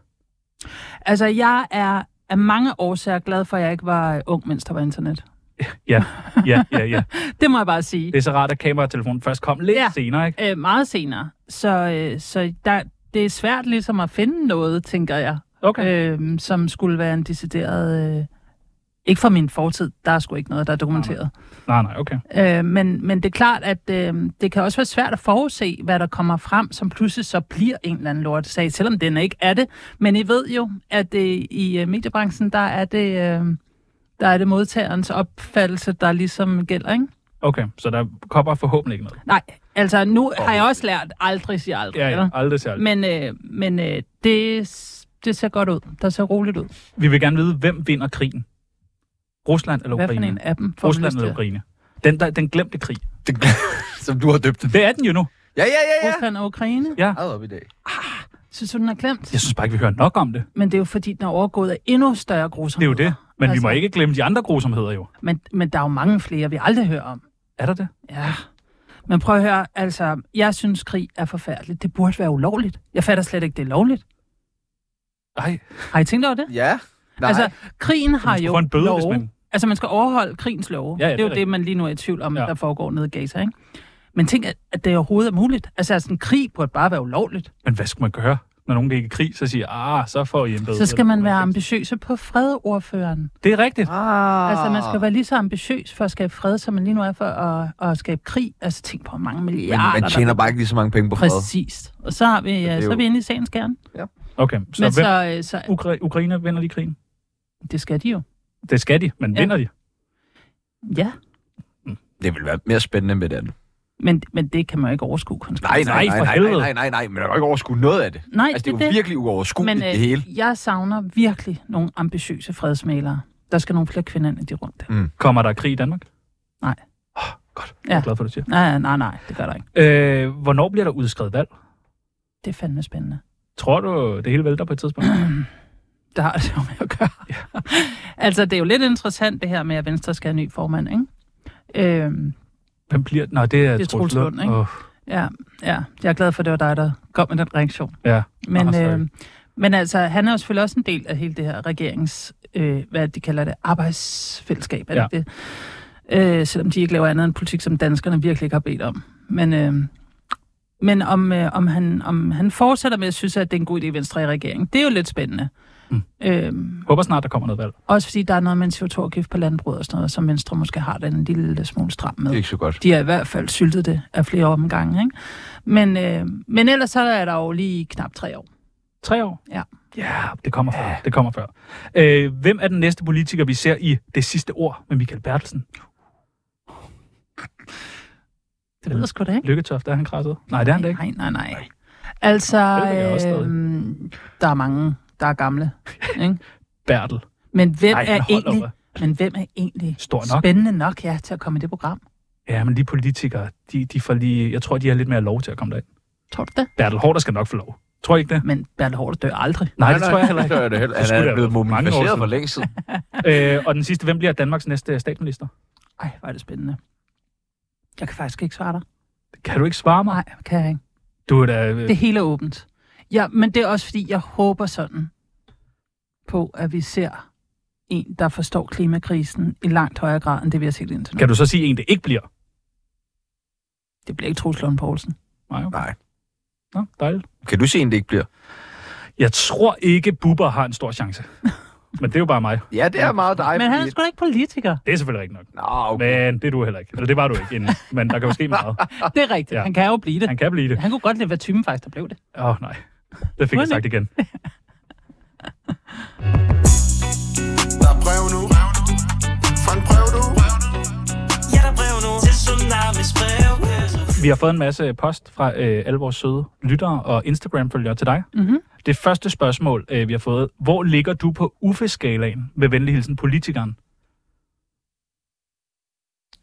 [SPEAKER 2] Altså, jeg er af mange årsager glad for, at jeg ikke var øh, ung, mens der var internet.
[SPEAKER 3] Ja, ja, ja, ja.
[SPEAKER 2] Det må jeg bare sige.
[SPEAKER 3] Det er så rart, at kamera og telefon først kom lidt ja.
[SPEAKER 2] Ja.
[SPEAKER 3] senere, ikke?
[SPEAKER 2] Øh, meget senere. Så, øh, så der, det er svært ligesom at finde noget, tænker jeg,
[SPEAKER 3] Okay.
[SPEAKER 2] øh, som skulle være en decideret... Øh, ikke fra min fortid, der er sgu ikke noget, der er dokumenteret.
[SPEAKER 3] Nej, nej, okay.
[SPEAKER 2] Øh, men, men det er klart, at øh, det kan også være svært at forudse, hvad der kommer frem, som pludselig så bliver en eller anden lortesag, selvom den ikke er det. Men I ved jo, at øh, i øh, mediebranchen, der er det... Øh, der er det modtagerens opfattelse, der ligesom gælder, ikke?
[SPEAKER 3] Okay, så der kommer forhåbentlig ikke noget.
[SPEAKER 2] Nej, altså nu har jeg også lært aldrig sige aldrig.
[SPEAKER 3] Ja,
[SPEAKER 2] eller?
[SPEAKER 3] ja, aldrig særligt.
[SPEAKER 2] Men, øh, men øh, det, det ser godt ud. Der ser roligt ud.
[SPEAKER 3] Vi vil gerne vide, hvem vinder krigen? Rusland eller
[SPEAKER 2] Hvad
[SPEAKER 3] Ukraine?
[SPEAKER 2] for en af dem? får man
[SPEAKER 3] Rusland
[SPEAKER 2] lyst til?
[SPEAKER 3] eller Ukraine? Den, der, den glemte krig.
[SPEAKER 1] Som du har døbt den.
[SPEAKER 3] Det er den jo nu.
[SPEAKER 1] Ja, ja, ja, ja.
[SPEAKER 2] Rusland og Ukraine?
[SPEAKER 1] Meget op i dag.
[SPEAKER 2] Synes du, den er glemt?
[SPEAKER 3] Jeg synes bare ikke, vi hører nok om det.
[SPEAKER 2] Men det er jo fordi, den er overgået af endnu større
[SPEAKER 3] Det er jo
[SPEAKER 2] grusomheder.
[SPEAKER 3] det. Men altså... vi må
[SPEAKER 2] Altså-
[SPEAKER 3] ikke glemme de andre grusomheder jo.
[SPEAKER 2] Men, men der er jo mange flere, vi aldrig hører om.
[SPEAKER 3] Er der det?
[SPEAKER 2] Ja. Men prøv at høre, altså, jeg synes, krig er forfærdeligt. Det burde være ulovligt. Jeg fatter slet ikke, det er lovligt.
[SPEAKER 3] Nej.
[SPEAKER 2] Har I tænkt over det?
[SPEAKER 1] Ja. Nej.
[SPEAKER 2] Altså, krigen har
[SPEAKER 3] skal
[SPEAKER 2] jo
[SPEAKER 3] få en bøde,
[SPEAKER 2] love.
[SPEAKER 3] hvis man-
[SPEAKER 2] Altså, man skal overholde krigens love.
[SPEAKER 3] Ja, ja,
[SPEAKER 2] det er
[SPEAKER 3] det
[SPEAKER 2] jo
[SPEAKER 3] er
[SPEAKER 2] det,
[SPEAKER 3] rigtigt.
[SPEAKER 2] man lige nu er i tvivl om,
[SPEAKER 3] Ja.
[SPEAKER 2] ja. der foregår nede i Gaza, ikke? Men tænk, at- at det overhovedet er muligt. Altså, altså en krig burde bare være ulovligt.
[SPEAKER 3] Men hvad skulle man gøre, når nogen gik i krig, så siger, ah, så får I en bøde.
[SPEAKER 2] Så skal man være
[SPEAKER 3] ambitiøs.
[SPEAKER 2] ambitiøs på fredordføreren.
[SPEAKER 3] Det er rigtigt.
[SPEAKER 1] ah.
[SPEAKER 2] Altså, man skal være lige så ambitiøs for at skabe fred, som man lige nu er for at, at skabe krig. Altså, tænk på hvor mange
[SPEAKER 1] Men
[SPEAKER 2] milliarder.
[SPEAKER 1] man tjener bare ikke lige så mange penge på
[SPEAKER 2] der...
[SPEAKER 1] fred.
[SPEAKER 2] Præcis. Og så, har vi,
[SPEAKER 1] er
[SPEAKER 2] ja, så
[SPEAKER 1] jo- Uh.
[SPEAKER 2] er vi inde i sagens gerne.
[SPEAKER 3] Okay,
[SPEAKER 2] Så
[SPEAKER 3] så,
[SPEAKER 2] Men
[SPEAKER 3] hvem, så...
[SPEAKER 2] så, øh, så,
[SPEAKER 3] Ukra- Ukraine vinder de krigen?
[SPEAKER 2] det skal de jo.
[SPEAKER 3] Det skal de, men
[SPEAKER 2] Ja.
[SPEAKER 3] ja. vinder de?
[SPEAKER 2] Ja,
[SPEAKER 1] Det ville være mere spændende med det andet.
[SPEAKER 2] men, men det kan man jo ikke overskue konsekvenser.
[SPEAKER 1] Nej, nej,
[SPEAKER 3] Nej,
[SPEAKER 1] nej, nej,
[SPEAKER 3] for
[SPEAKER 1] nej,
[SPEAKER 3] helvede.
[SPEAKER 1] nej, nej, nej, men der er jo ikke overskue noget af det.
[SPEAKER 2] Nej,
[SPEAKER 1] altså, det
[SPEAKER 2] det
[SPEAKER 1] er
[SPEAKER 2] er
[SPEAKER 1] jo
[SPEAKER 2] det.
[SPEAKER 1] virkelig uoverskueligt,
[SPEAKER 2] Men
[SPEAKER 1] det hele.
[SPEAKER 2] øh, jeg savner virkelig nogle ambitiøse fredsmalere. Der skal nogle flere kvinder ind i de rundt der.
[SPEAKER 3] Kommer der krig i Danmark?
[SPEAKER 2] Nej.
[SPEAKER 3] Oh, godt.
[SPEAKER 2] Ja.
[SPEAKER 3] Jeg er glad for, at du siger.
[SPEAKER 2] Nej, nej, nej, det gør der ikke.
[SPEAKER 3] Øh, hvornår bliver der udskrevet valg?
[SPEAKER 2] Det er fandme spændende.
[SPEAKER 3] Tror du, det hele vælter på et tidspunkt?
[SPEAKER 2] Det har det jo med at gøre. Ja. altså, det er jo lidt interessant det her med, at Venstre skal have en ny formand, ikke? Øhm,
[SPEAKER 3] Hvem bliver... Nej, det er,
[SPEAKER 2] Det er Troels Lund, ikke?
[SPEAKER 3] Åh,
[SPEAKER 2] Ja, ja. Jeg er glad for, at det var dig, der kom med den reaktion.
[SPEAKER 3] ja.
[SPEAKER 2] Men,
[SPEAKER 3] Ah, sorry.
[SPEAKER 2] øh, men altså, han er jo selvfølgelig også en del af hele det her regerings, øh, hvad de kalder det, arbejdsfællesskab, er det ja. det? Øh, selvom de ikke laver andet end politik, som danskerne virkelig ikke har bedt om. Men, øh, men om, øh, om, han, om han fortsætter med at synes, at det er en god idé, Venstre er i regeringen, det er jo lidt spændende.
[SPEAKER 3] Mm.
[SPEAKER 2] Mm. Øh,
[SPEAKER 3] Håber snart, der kommer noget valg.
[SPEAKER 2] også fordi der er noget med en CO2-afgift på landbruget og sådan noget, som Venstre måske har den en lille smule stram med.
[SPEAKER 1] Det er ikke så godt.
[SPEAKER 2] De har i hvert fald syltet det af flere omgange. Ikke? Men, øh, men ellers så er der jo lige knap tre år.
[SPEAKER 3] Tre år?
[SPEAKER 2] Ja.
[SPEAKER 3] Ja, det kommer før. Det kommer før. Øh, hvem er den næste politiker, vi ser i Det sidste ord med Michael Bertelsen?
[SPEAKER 2] Det ved jeg sgu da ikke.
[SPEAKER 3] Lykketoft, er han krasset? Nej, det er han da ikke.
[SPEAKER 2] Nej, nej, nej. Altså,
[SPEAKER 3] Det ved jeg også stadig.
[SPEAKER 2] øhm, der er mange, der er gamle. Ikke?
[SPEAKER 3] Bertel.
[SPEAKER 2] Men hvem
[SPEAKER 3] Nej,
[SPEAKER 2] er
[SPEAKER 3] han holder
[SPEAKER 2] egentlig,
[SPEAKER 3] op.
[SPEAKER 2] men hvem er egentlig
[SPEAKER 3] Stor nok.
[SPEAKER 2] spændende nok ja, til at komme i det program?
[SPEAKER 3] Ja, men de politikere, de, de får lige... Jeg tror, de har lidt mere lov til at komme derind.
[SPEAKER 2] Tror du det?
[SPEAKER 3] Bertel Hårder skal nok få lov. Tror I ikke det?
[SPEAKER 2] Men Bertel Hård dør aldrig.
[SPEAKER 3] Nej, det tror jeg heller
[SPEAKER 1] Det
[SPEAKER 3] ikke.
[SPEAKER 1] tror jeg da heller.
[SPEAKER 3] Det skulle
[SPEAKER 1] Han er
[SPEAKER 3] da
[SPEAKER 1] blevet
[SPEAKER 3] være for mange år
[SPEAKER 1] mumificeret
[SPEAKER 3] siden.
[SPEAKER 1] for længe siden.
[SPEAKER 3] Øh, og den sidste, hvem bliver Danmarks næste statsminister?
[SPEAKER 2] Ej, hvor er det spændende. Jeg kan faktisk ikke svare dig.
[SPEAKER 3] Kan du ikke svare mig?
[SPEAKER 2] Nej, kan jeg ikke.
[SPEAKER 3] Du er da... Øh,
[SPEAKER 2] Det hele er åbent. Ja, men det er også fordi, jeg håber sådan på, at vi ser en, der forstår klimakrisen i langt højere grad, end det vi har set indtil nu.
[SPEAKER 3] kan du så sige en, det ikke bliver?
[SPEAKER 2] Det bliver ikke Troels Lund Poulsen.
[SPEAKER 3] Nej. okay.
[SPEAKER 1] Nej.
[SPEAKER 3] Nå, dejligt.
[SPEAKER 1] Kan du se, en det ikke bliver?
[SPEAKER 3] Jeg tror ikke, Bubber har en stor chance. Men det er jo bare mig.
[SPEAKER 1] Ja, det er meget dig.
[SPEAKER 2] Men han er
[SPEAKER 1] fordi-
[SPEAKER 2] sgu da ikke politiker.
[SPEAKER 3] Det er selvfølgelig rigtigt nok.
[SPEAKER 1] Nå, okay.
[SPEAKER 3] Men det er du heller ikke. Eller det var du ikke inden. Men der kan jo ske meget.
[SPEAKER 1] Ah.
[SPEAKER 2] Det er rigtigt.
[SPEAKER 3] Ja.
[SPEAKER 2] Ja. Han kan jo blive det.
[SPEAKER 3] Han kan blive det.
[SPEAKER 2] Han kunne godt lide at være typen faktisk, der blev det.
[SPEAKER 3] Åh, oh, nej. Det fik jeg sagt igen.
[SPEAKER 5] Der er brev nu Fra en brev du
[SPEAKER 4] Ja, der er brev nu til Tsunamis brevkasse
[SPEAKER 3] Vi har fået en masse post fra øh, alle vores søde lyttere og Instagram-følgere til dig.
[SPEAKER 2] Mhm.
[SPEAKER 3] Det første spørgsmål, øh, vi har fået. Hvor ligger du på Uffe-skalaen med venlig hilsen politikeren?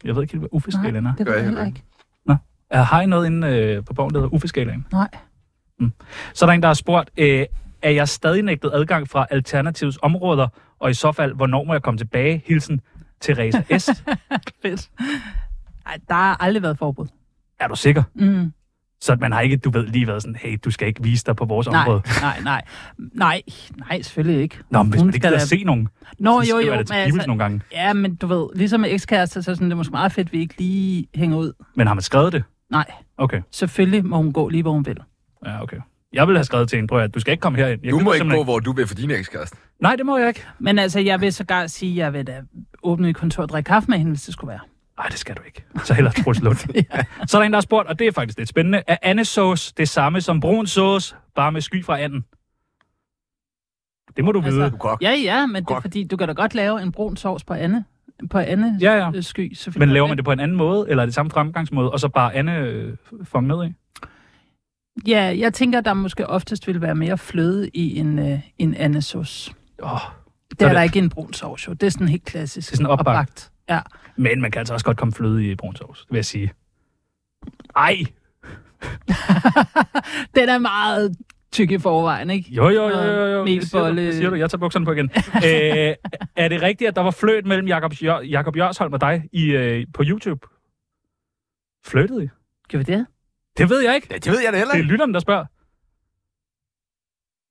[SPEAKER 3] Jeg ved ikke helt, hvad Uffe-skalaen er.
[SPEAKER 2] det
[SPEAKER 1] Gør
[SPEAKER 2] ved
[SPEAKER 1] jeg
[SPEAKER 2] jeg heller ikke.
[SPEAKER 3] Er- Har I noget inde øh, på bogen, der hedder Uffe-skalaen?
[SPEAKER 2] Nej.
[SPEAKER 3] Så er der en, der har spurgt, øh, er jeg stadig nægtet adgang fra Alternativets områder, og i så fald, hvornår må jeg komme tilbage? Hilsen Teresa S.
[SPEAKER 2] Fedt. Ej, der har aldrig været forbud.
[SPEAKER 3] er du sikker?
[SPEAKER 2] Mm.
[SPEAKER 3] Så at man har ikke, du ved, lige været sådan, hey, du skal ikke vise dig på vores
[SPEAKER 2] Nej,
[SPEAKER 3] område.
[SPEAKER 2] nej, nej. Nej, nej, selvfølgelig ikke.
[SPEAKER 3] Nå, men hvis
[SPEAKER 2] Hun
[SPEAKER 3] man ikke
[SPEAKER 2] skal
[SPEAKER 3] gider
[SPEAKER 2] da-
[SPEAKER 3] se nogen,
[SPEAKER 2] Nå,
[SPEAKER 3] så
[SPEAKER 2] jo,
[SPEAKER 3] skriver
[SPEAKER 2] jo,
[SPEAKER 3] jeg
[SPEAKER 2] men
[SPEAKER 3] det til Gibbles
[SPEAKER 2] altså,
[SPEAKER 3] nogle gange.
[SPEAKER 2] ja, men du ved, ligesom med ekskærester, så er sådan, det er måske meget fedt, at vi ikke lige hænger ud.
[SPEAKER 3] Men har man skrevet det?
[SPEAKER 2] Nej,
[SPEAKER 3] Okay,
[SPEAKER 2] selvfølgelig må hun gå lige, hvor hun vil.
[SPEAKER 3] ja, okay. Jeg ville have skrevet til en, prøv at høre, du skal ikke komme herind. Jeg
[SPEAKER 1] Du
[SPEAKER 3] gider
[SPEAKER 1] må ikke
[SPEAKER 3] simpelthen
[SPEAKER 1] gå, hvor du vil for din ekskæreste.
[SPEAKER 3] Nej, det må jeg ikke.
[SPEAKER 2] Men altså, jeg vil sågar sige, at jeg vil da åbne et kontor og drikke kaffe med hende, hvis det skulle være.
[SPEAKER 3] Nej, det skal du ikke. Så hellere Truls Lund. Så er der en, der har spurgt, og det er faktisk lidt spændende. Er andesauce det samme som brun sauce, bare med sky fra anden? Det må du
[SPEAKER 2] Altså-
[SPEAKER 3] vide.
[SPEAKER 1] Du kan
[SPEAKER 2] Ja, ja, men det er
[SPEAKER 1] Godt.
[SPEAKER 2] fordi, du kan da godt lave en brun sovs på Anne. På Anne
[SPEAKER 3] Ja, ja.
[SPEAKER 2] øh, sky, selvfølgelig.
[SPEAKER 3] Men laver man det på en anden måde, eller er det samme fremgangsmåde, og så bare Anne øh, fang ned i?
[SPEAKER 2] Ja, jeg tænker, der måske oftest vil være mere fløde i en, øh, en andesauce.
[SPEAKER 3] Oh,
[SPEAKER 2] Det er
[SPEAKER 3] det-
[SPEAKER 2] der ikke i en brun sovs, jo. Det er sådan helt klassisk.
[SPEAKER 3] Det er sådan opbagt.
[SPEAKER 2] Ja.
[SPEAKER 3] men man kan altså også godt komme fløde i brun sauce, vil jeg sige. Ej,
[SPEAKER 2] Den er meget tyk i forvejen, ikke?
[SPEAKER 3] jo, jo, jo, jo, jo. Det siger du,
[SPEAKER 2] Melbolle.
[SPEAKER 3] det siger du. Jeg tager bukserne på igen. Æ, er det rigtigt, at der var fløt mellem Jakob, Jør, Jakob Jørsholm og dig i, øh, på YouTube? Fløtede I?
[SPEAKER 2] Gjorde vi det?
[SPEAKER 3] Det ved jeg ikke.
[SPEAKER 1] Ja, det ved jeg da heller
[SPEAKER 3] Det er
[SPEAKER 1] ikke.
[SPEAKER 3] lytteren, der spørger.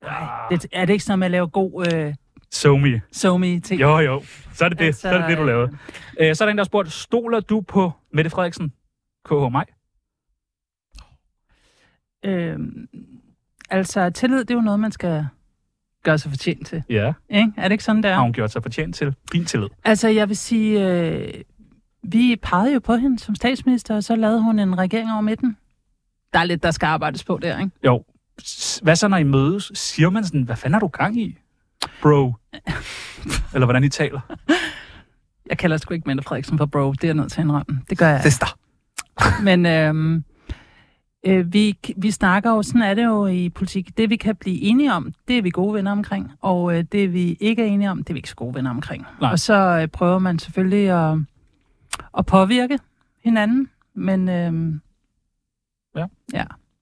[SPEAKER 3] Ah,
[SPEAKER 2] det? Er det ikke sådan, at man laver god øh,
[SPEAKER 3] Somi.
[SPEAKER 2] somi ting?
[SPEAKER 3] Jo, jo. Så er det det,
[SPEAKER 2] Altså,
[SPEAKER 3] altså, så er det, det du lavede. Øh, så er der en, der har spurgt, stoler du på Mette Frederiksen? KH mig?
[SPEAKER 2] Øh, altså, tillid, det er jo noget, man skal gøre sig fortjent til.
[SPEAKER 3] Ja.
[SPEAKER 2] Ikke? Er det ikke sådan, der?
[SPEAKER 3] Har hun gjort sig fortjent til din tillid?
[SPEAKER 2] Altså, jeg vil sige, øh, vi pegede jo på hende som statsminister, og så lavede hun en regering over midten. Der er lidt, der skal arbejdes på der, ikke?
[SPEAKER 3] Jo. S- Hvad så, når I mødes? Siger man sådan, hvad fanden har du gang i? Bro. Eller hvordan I taler.
[SPEAKER 2] Jeg kalder sgu ikke Mette Frederiksen for bro, det er jeg nødt til at indrømme. Det gør jeg.
[SPEAKER 1] Sister.
[SPEAKER 2] Men øhm, øh, vi, vi snakker jo, sådan er det jo i politik. Det vi kan blive enige om, det er vi gode venner omkring. Og øh, det vi ikke er enige om, det er vi ikke så gode venner omkring.
[SPEAKER 3] Nej.
[SPEAKER 2] Og så øh, prøver man selvfølgelig at, at påvirke hinanden. Men øhm,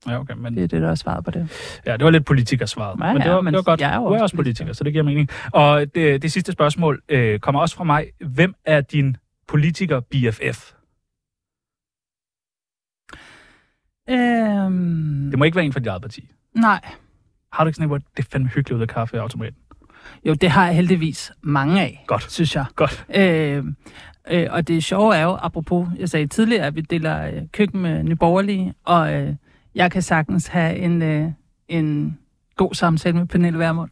[SPEAKER 3] Ja, okay. Men,
[SPEAKER 2] det er det, der er svaret på det.
[SPEAKER 3] ja, det var lidt politikersvaret.
[SPEAKER 2] Ja,
[SPEAKER 3] men det
[SPEAKER 2] ja,
[SPEAKER 3] var,
[SPEAKER 2] men
[SPEAKER 3] det var godt.
[SPEAKER 2] jeg er jo
[SPEAKER 3] du er
[SPEAKER 2] også
[SPEAKER 3] også politiker, så det giver mening. Og det, det sidste spørgsmål
[SPEAKER 2] Mm.
[SPEAKER 3] øh, kommer også fra mig. Hvem er din politiker BFF?
[SPEAKER 2] Øhm,
[SPEAKER 3] Det må ikke være en fra dit eget parti.
[SPEAKER 2] nej.
[SPEAKER 3] Har du ikke sådan en, hvor det er fandme hyggeligt ud af kaffeautomaten?
[SPEAKER 2] Jo, det har jeg heldigvis mange af,
[SPEAKER 3] Godt.
[SPEAKER 2] synes jeg.
[SPEAKER 3] Godt.
[SPEAKER 2] Øh, øh, og det sjove er jo, apropos, jeg sagde tidligere, at vi deler øh, køkken med nyborgerlige, og øh, jeg kan sagtens have en, øh, en god samtale med Pernille Vermund.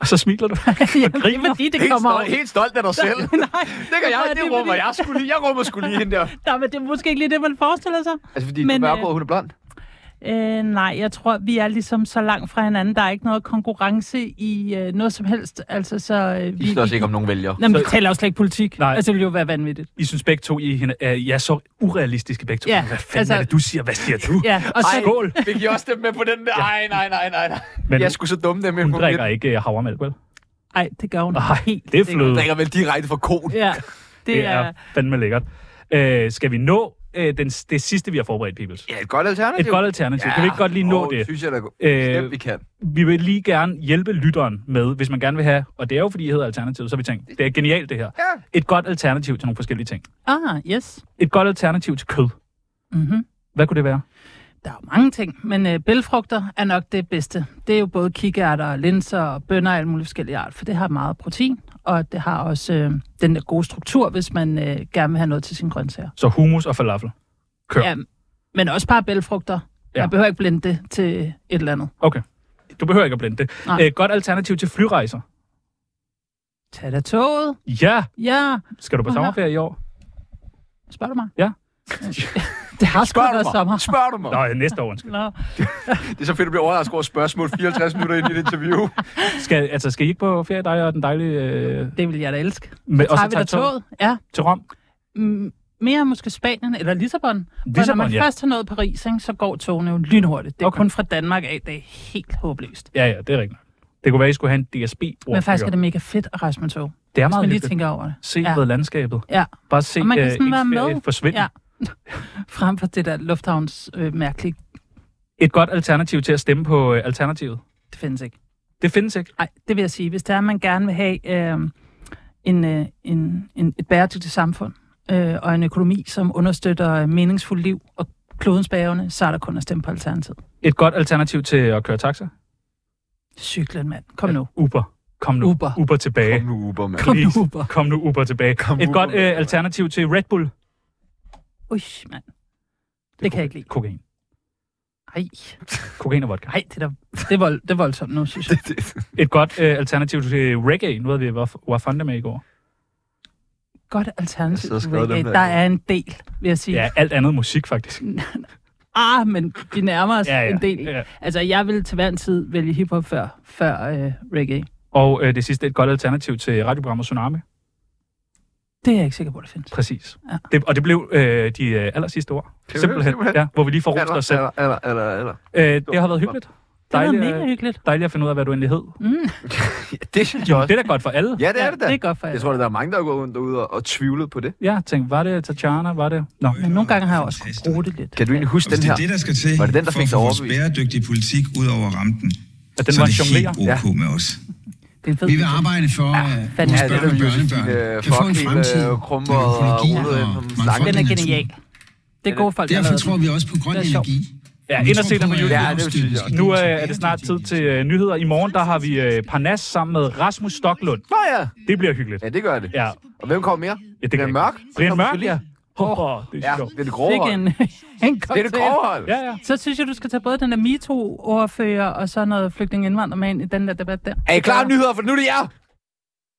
[SPEAKER 3] Og så smiler du.
[SPEAKER 2] Jamen, det er
[SPEAKER 3] griner.
[SPEAKER 2] fordi det
[SPEAKER 1] Helt
[SPEAKER 2] kommer
[SPEAKER 1] stolt, helt stolt af dig selv.
[SPEAKER 2] Nej,
[SPEAKER 1] Det kan jeg,
[SPEAKER 2] Nej,
[SPEAKER 1] det
[SPEAKER 2] er
[SPEAKER 1] rummer
[SPEAKER 2] fordi-
[SPEAKER 1] jeg skulle lige. Jeg rummer skulle lige hende der.
[SPEAKER 2] Nej, men det er måske ikke lige det, man forestiller sig.
[SPEAKER 1] Altså, fordi
[SPEAKER 2] Men,
[SPEAKER 1] du er
[SPEAKER 2] øh,
[SPEAKER 1] mørkere, hun er blond.
[SPEAKER 2] Øh, nej, jeg tror, vi er ligesom så langt fra hinanden. Der er ikke noget konkurrence i øh, noget som helst. Altså, så, øh,
[SPEAKER 1] De slår sig ikke om nogen vælger.
[SPEAKER 2] Jamen, vi
[SPEAKER 3] Så-
[SPEAKER 2] taler jo slet ikke politik.
[SPEAKER 3] Nej.
[SPEAKER 2] Altså, det ville jo være vanvittigt.
[SPEAKER 3] I synes begge to, I, hende, uh, I er så urealistiske begge to.
[SPEAKER 2] Ja,
[SPEAKER 3] Ja, Hvad
[SPEAKER 2] altså-
[SPEAKER 3] fanden altså... er det, du siger? Hvad siger du?
[SPEAKER 2] Ja, og så,
[SPEAKER 3] Skål!
[SPEAKER 1] Fik I også dem med på den der? Ej, nej, nej, nej, nej.
[SPEAKER 3] Men
[SPEAKER 1] Jeg skulle så dumme dem.
[SPEAKER 3] hun drikker ikke uh, havremælk, vel?
[SPEAKER 2] ej, det gør hun
[SPEAKER 3] Nej,
[SPEAKER 2] helt
[SPEAKER 3] det er
[SPEAKER 2] sikkert.
[SPEAKER 3] fløde.
[SPEAKER 1] drikker vel direkte fra koen.
[SPEAKER 2] Ja,
[SPEAKER 3] Det er fandme lækkert. Uh, skal vi nå uh, den, det sidste, vi har forberedt, Peoples?
[SPEAKER 1] Ja, et godt alternativ.
[SPEAKER 3] Et godt alternativ. Ja. Kan vi ikke godt lige nå
[SPEAKER 1] Åh,
[SPEAKER 3] det?
[SPEAKER 1] synes jeg da
[SPEAKER 3] Øh,
[SPEAKER 1] bestemt, vi kan.
[SPEAKER 3] vi vil lige gerne hjælpe lytteren med, hvis man gerne vil have, og det er jo fordi, jeg hedder Alternativet, så har vi tænkt, det er genialt det her.
[SPEAKER 1] Ja.
[SPEAKER 3] Et godt alternativ til nogle forskellige ting.
[SPEAKER 2] Ah, yes.
[SPEAKER 3] Et godt alternativ til kød.
[SPEAKER 2] Mm-hmm.
[SPEAKER 3] Hvad kunne det være?
[SPEAKER 2] Der er jo mange ting, men øh, bælfrugter er nok det bedste. Det er jo både kikærter og linser og bønner og alle mulige forskellige art, for det har meget protein, og det har også øh, den der gode struktur, hvis man øh, gerne vil have noget til sine grøntsager.
[SPEAKER 3] Så hummus og falafel. Kør.
[SPEAKER 2] Ja, men også bare bælfrugter. Ja.
[SPEAKER 3] Ja.
[SPEAKER 2] Man behøver ikke blende det til et eller andet.
[SPEAKER 3] Okay. Du behøver ikke at blande det.
[SPEAKER 2] Nej.
[SPEAKER 3] Et godt alternativ til flyrejser.
[SPEAKER 2] Tag da toget.
[SPEAKER 3] Ja,
[SPEAKER 2] Ja,
[SPEAKER 3] skal du på
[SPEAKER 2] Nå, nå.
[SPEAKER 3] sommerferie i år?
[SPEAKER 2] spørger du mig?
[SPEAKER 3] Ja.
[SPEAKER 2] det har sgu
[SPEAKER 1] Spørg du
[SPEAKER 2] været sommer.
[SPEAKER 1] mig. Spørg du mig.
[SPEAKER 3] Nej, næste år. undskyld.
[SPEAKER 2] Nå.
[SPEAKER 1] Det er så fedt at blive overrasket over spørgsmål 54 minutter ind i et interview.
[SPEAKER 3] Skal, altså, skal I ikke på ferie, dig og den dejlige... Øh,
[SPEAKER 2] Det vil jeg da elske.
[SPEAKER 3] med,
[SPEAKER 2] Tager vi da
[SPEAKER 3] tage toget
[SPEAKER 2] toget? Ja.
[SPEAKER 3] Til Rom.
[SPEAKER 2] Mm, mere måske Spanien eller Lissabon. Lissabon, når
[SPEAKER 3] Lissabon,
[SPEAKER 2] man
[SPEAKER 3] ja.
[SPEAKER 2] først har nået Paris, ikke, så går togene jo lynhurtigt. Det er okay.
[SPEAKER 3] Okay.
[SPEAKER 2] kun fra Danmark af, det er helt håbløst.
[SPEAKER 3] Ja, ja, det er rigtigt. Det kunne være, I skulle have en dsb
[SPEAKER 2] Men faktisk er det mega fedt at rejse med tog, hvis
[SPEAKER 3] det er meget
[SPEAKER 2] man lige
[SPEAKER 3] hyggeligt.
[SPEAKER 2] tænker over det.
[SPEAKER 3] Se
[SPEAKER 2] Ja.
[SPEAKER 3] ja. ved landskabet.
[SPEAKER 2] Ja.
[SPEAKER 3] Bare se
[SPEAKER 2] Og man kan
[SPEAKER 3] øh,
[SPEAKER 2] sådan
[SPEAKER 3] ens
[SPEAKER 2] være
[SPEAKER 3] ferie
[SPEAKER 2] med.
[SPEAKER 3] forsvinde.
[SPEAKER 2] Ja. Frem for det der lufthavns øh, mærkelige,
[SPEAKER 3] Et godt alternativ til at stemme på øh, Alternativet.
[SPEAKER 2] det findes ikke.
[SPEAKER 3] Det findes ikke.
[SPEAKER 2] Nej, det vil jeg sige. Hvis der er, man gerne vil have øh, en, øh, en, en, et bæredygtigt samfund øh, og en økonomi, som understøtter øh, meningsfuldt liv og klodens bagerne, så er der kun at stemme på Alternativet.
[SPEAKER 3] Et godt alternativ til at køre taxa.
[SPEAKER 2] Cyklen, mand. Kom nu.
[SPEAKER 3] Uber. Kom nu.
[SPEAKER 2] Uber.
[SPEAKER 3] Uber tilbage.
[SPEAKER 1] Kom nu, Uber, mand.
[SPEAKER 2] Kom nu,
[SPEAKER 3] Please.
[SPEAKER 2] Uber.
[SPEAKER 3] Kom nu Uber tilbage.
[SPEAKER 1] Kom
[SPEAKER 3] Et
[SPEAKER 1] Uber
[SPEAKER 3] godt
[SPEAKER 1] med.
[SPEAKER 3] øh, alternativ til Red Bull. Det,
[SPEAKER 2] Uj, mand. Det kan jeg ikke lide.
[SPEAKER 3] Kokain.
[SPEAKER 2] Ej,
[SPEAKER 3] Kokain og vodka.
[SPEAKER 2] ej det, er da, det, er vold, det er voldsomt nu, synes jeg.
[SPEAKER 3] Et godt øh, alternativ til reggae. Nu havde vi var, var fundet med i går.
[SPEAKER 2] Godt
[SPEAKER 1] Jeg sidder
[SPEAKER 2] alternativ
[SPEAKER 1] og
[SPEAKER 2] til
[SPEAKER 1] skriver
[SPEAKER 2] reggae.
[SPEAKER 1] dem der.
[SPEAKER 2] Der er en del, vil jeg sige.
[SPEAKER 3] Ja, alt andet musik faktisk.
[SPEAKER 2] Ah, men vi nærmer os
[SPEAKER 3] Ja, ja.
[SPEAKER 2] Altså, en del.
[SPEAKER 3] ja.
[SPEAKER 2] Altså, jeg vil til hver en tid vælge hiphop før, før øh, reggae.
[SPEAKER 3] Og øh, det sidste er et godt alternativ til radioprogrammet Tsunami.
[SPEAKER 2] Det er jeg ikke sikker på, det findes.
[SPEAKER 3] Præcis.
[SPEAKER 2] Ja.
[SPEAKER 3] Ja. Det, og det blev øh, de øh, aller sidste ord.
[SPEAKER 1] Det
[SPEAKER 3] Simpelthen.
[SPEAKER 1] blev det,
[SPEAKER 3] Ja, hvor vi lige får rost os selv.
[SPEAKER 1] Eller, eller, eller, eller.
[SPEAKER 3] Øh, det har været hyggeligt.
[SPEAKER 2] Det er
[SPEAKER 3] Dejligt,
[SPEAKER 2] mega
[SPEAKER 3] øh,
[SPEAKER 2] hyggeligt.
[SPEAKER 3] dejligt at finde ud af, hvad du egentlig hed.
[SPEAKER 2] Mm.
[SPEAKER 1] Ja, det synes jeg
[SPEAKER 3] Jo,
[SPEAKER 1] også.
[SPEAKER 3] det er da godt for alle.
[SPEAKER 1] Ja, det er det da.
[SPEAKER 2] Det er godt for jer.
[SPEAKER 1] Jeg tror, der er mange, der er gået rundt derude og, og tvivlet på det.
[SPEAKER 3] Ja, tænk, var det Tatjana, var det... Nå,
[SPEAKER 2] Men nogle gange har jeg også kunnet bruge det lidt.
[SPEAKER 1] Kan du egentlig huske
[SPEAKER 9] Og hvis
[SPEAKER 1] den
[SPEAKER 9] Altså, det
[SPEAKER 1] her?
[SPEAKER 9] er det, der skal til
[SPEAKER 1] Var det den, der
[SPEAKER 9] for
[SPEAKER 1] fik
[SPEAKER 9] at
[SPEAKER 1] dig
[SPEAKER 9] få vores
[SPEAKER 1] overbevist?
[SPEAKER 9] bæredygtige politik ud over rampen,
[SPEAKER 3] at den
[SPEAKER 9] så
[SPEAKER 3] var
[SPEAKER 9] er
[SPEAKER 3] en
[SPEAKER 9] det
[SPEAKER 3] jonglerer.
[SPEAKER 9] helt ok med os.
[SPEAKER 2] Det er en fed
[SPEAKER 9] Vi vil arbejde for, øh, at vores
[SPEAKER 2] fandme.
[SPEAKER 1] Ja, det
[SPEAKER 9] børn
[SPEAKER 1] er
[SPEAKER 9] og
[SPEAKER 1] den Josefine
[SPEAKER 9] børnebørn kan få en
[SPEAKER 1] fucking
[SPEAKER 9] fremtid
[SPEAKER 1] øh, krummer og
[SPEAKER 9] økologi
[SPEAKER 1] rodet ind
[SPEAKER 9] og
[SPEAKER 1] om
[SPEAKER 9] mangfoldighed.
[SPEAKER 2] Den
[SPEAKER 1] slangen.
[SPEAKER 2] er
[SPEAKER 9] Den er
[SPEAKER 2] genial. Det er gode folk, der
[SPEAKER 9] Derfor
[SPEAKER 2] lavede
[SPEAKER 9] tror
[SPEAKER 2] den.
[SPEAKER 9] vi også på grøn
[SPEAKER 2] Det er sjovt.
[SPEAKER 9] energi.
[SPEAKER 3] Ja,
[SPEAKER 9] Vi
[SPEAKER 3] ind og
[SPEAKER 9] tror
[SPEAKER 3] se den
[SPEAKER 9] på,
[SPEAKER 3] på
[SPEAKER 9] at
[SPEAKER 3] YouTube.
[SPEAKER 1] Ja, det vil sige,
[SPEAKER 9] omstillingen
[SPEAKER 3] Nu
[SPEAKER 9] skal
[SPEAKER 3] øh,
[SPEAKER 9] være
[SPEAKER 3] er det snart tid
[SPEAKER 9] bæredygtig.
[SPEAKER 3] til øh, nyheder. I morgen, der har vi øh, Parnas sammen med Rasmus Stoklund.
[SPEAKER 1] Nå ja.
[SPEAKER 3] Det bliver hyggeligt.
[SPEAKER 1] Ja, det gør det.
[SPEAKER 3] Ja,
[SPEAKER 1] Og hvem kommer mere?
[SPEAKER 3] ja det
[SPEAKER 1] Den
[SPEAKER 3] kan
[SPEAKER 1] er
[SPEAKER 3] jeg
[SPEAKER 1] mørk.
[SPEAKER 3] ikke. Brian Mørk, ja.
[SPEAKER 1] Selvfølgelig.
[SPEAKER 3] Oh, det
[SPEAKER 1] Ja,
[SPEAKER 3] er sjovt.
[SPEAKER 1] det er det grove
[SPEAKER 2] Fik
[SPEAKER 1] hold.
[SPEAKER 2] en, en
[SPEAKER 1] Det er det grove hold.
[SPEAKER 3] Ja, ja.
[SPEAKER 2] Så synes jeg, du skal tage både den der MeToo-ordfører og så noget flygtninge indvandrer med ind i den der debat der.
[SPEAKER 1] Er I klar med nyheder? For nu er det jer.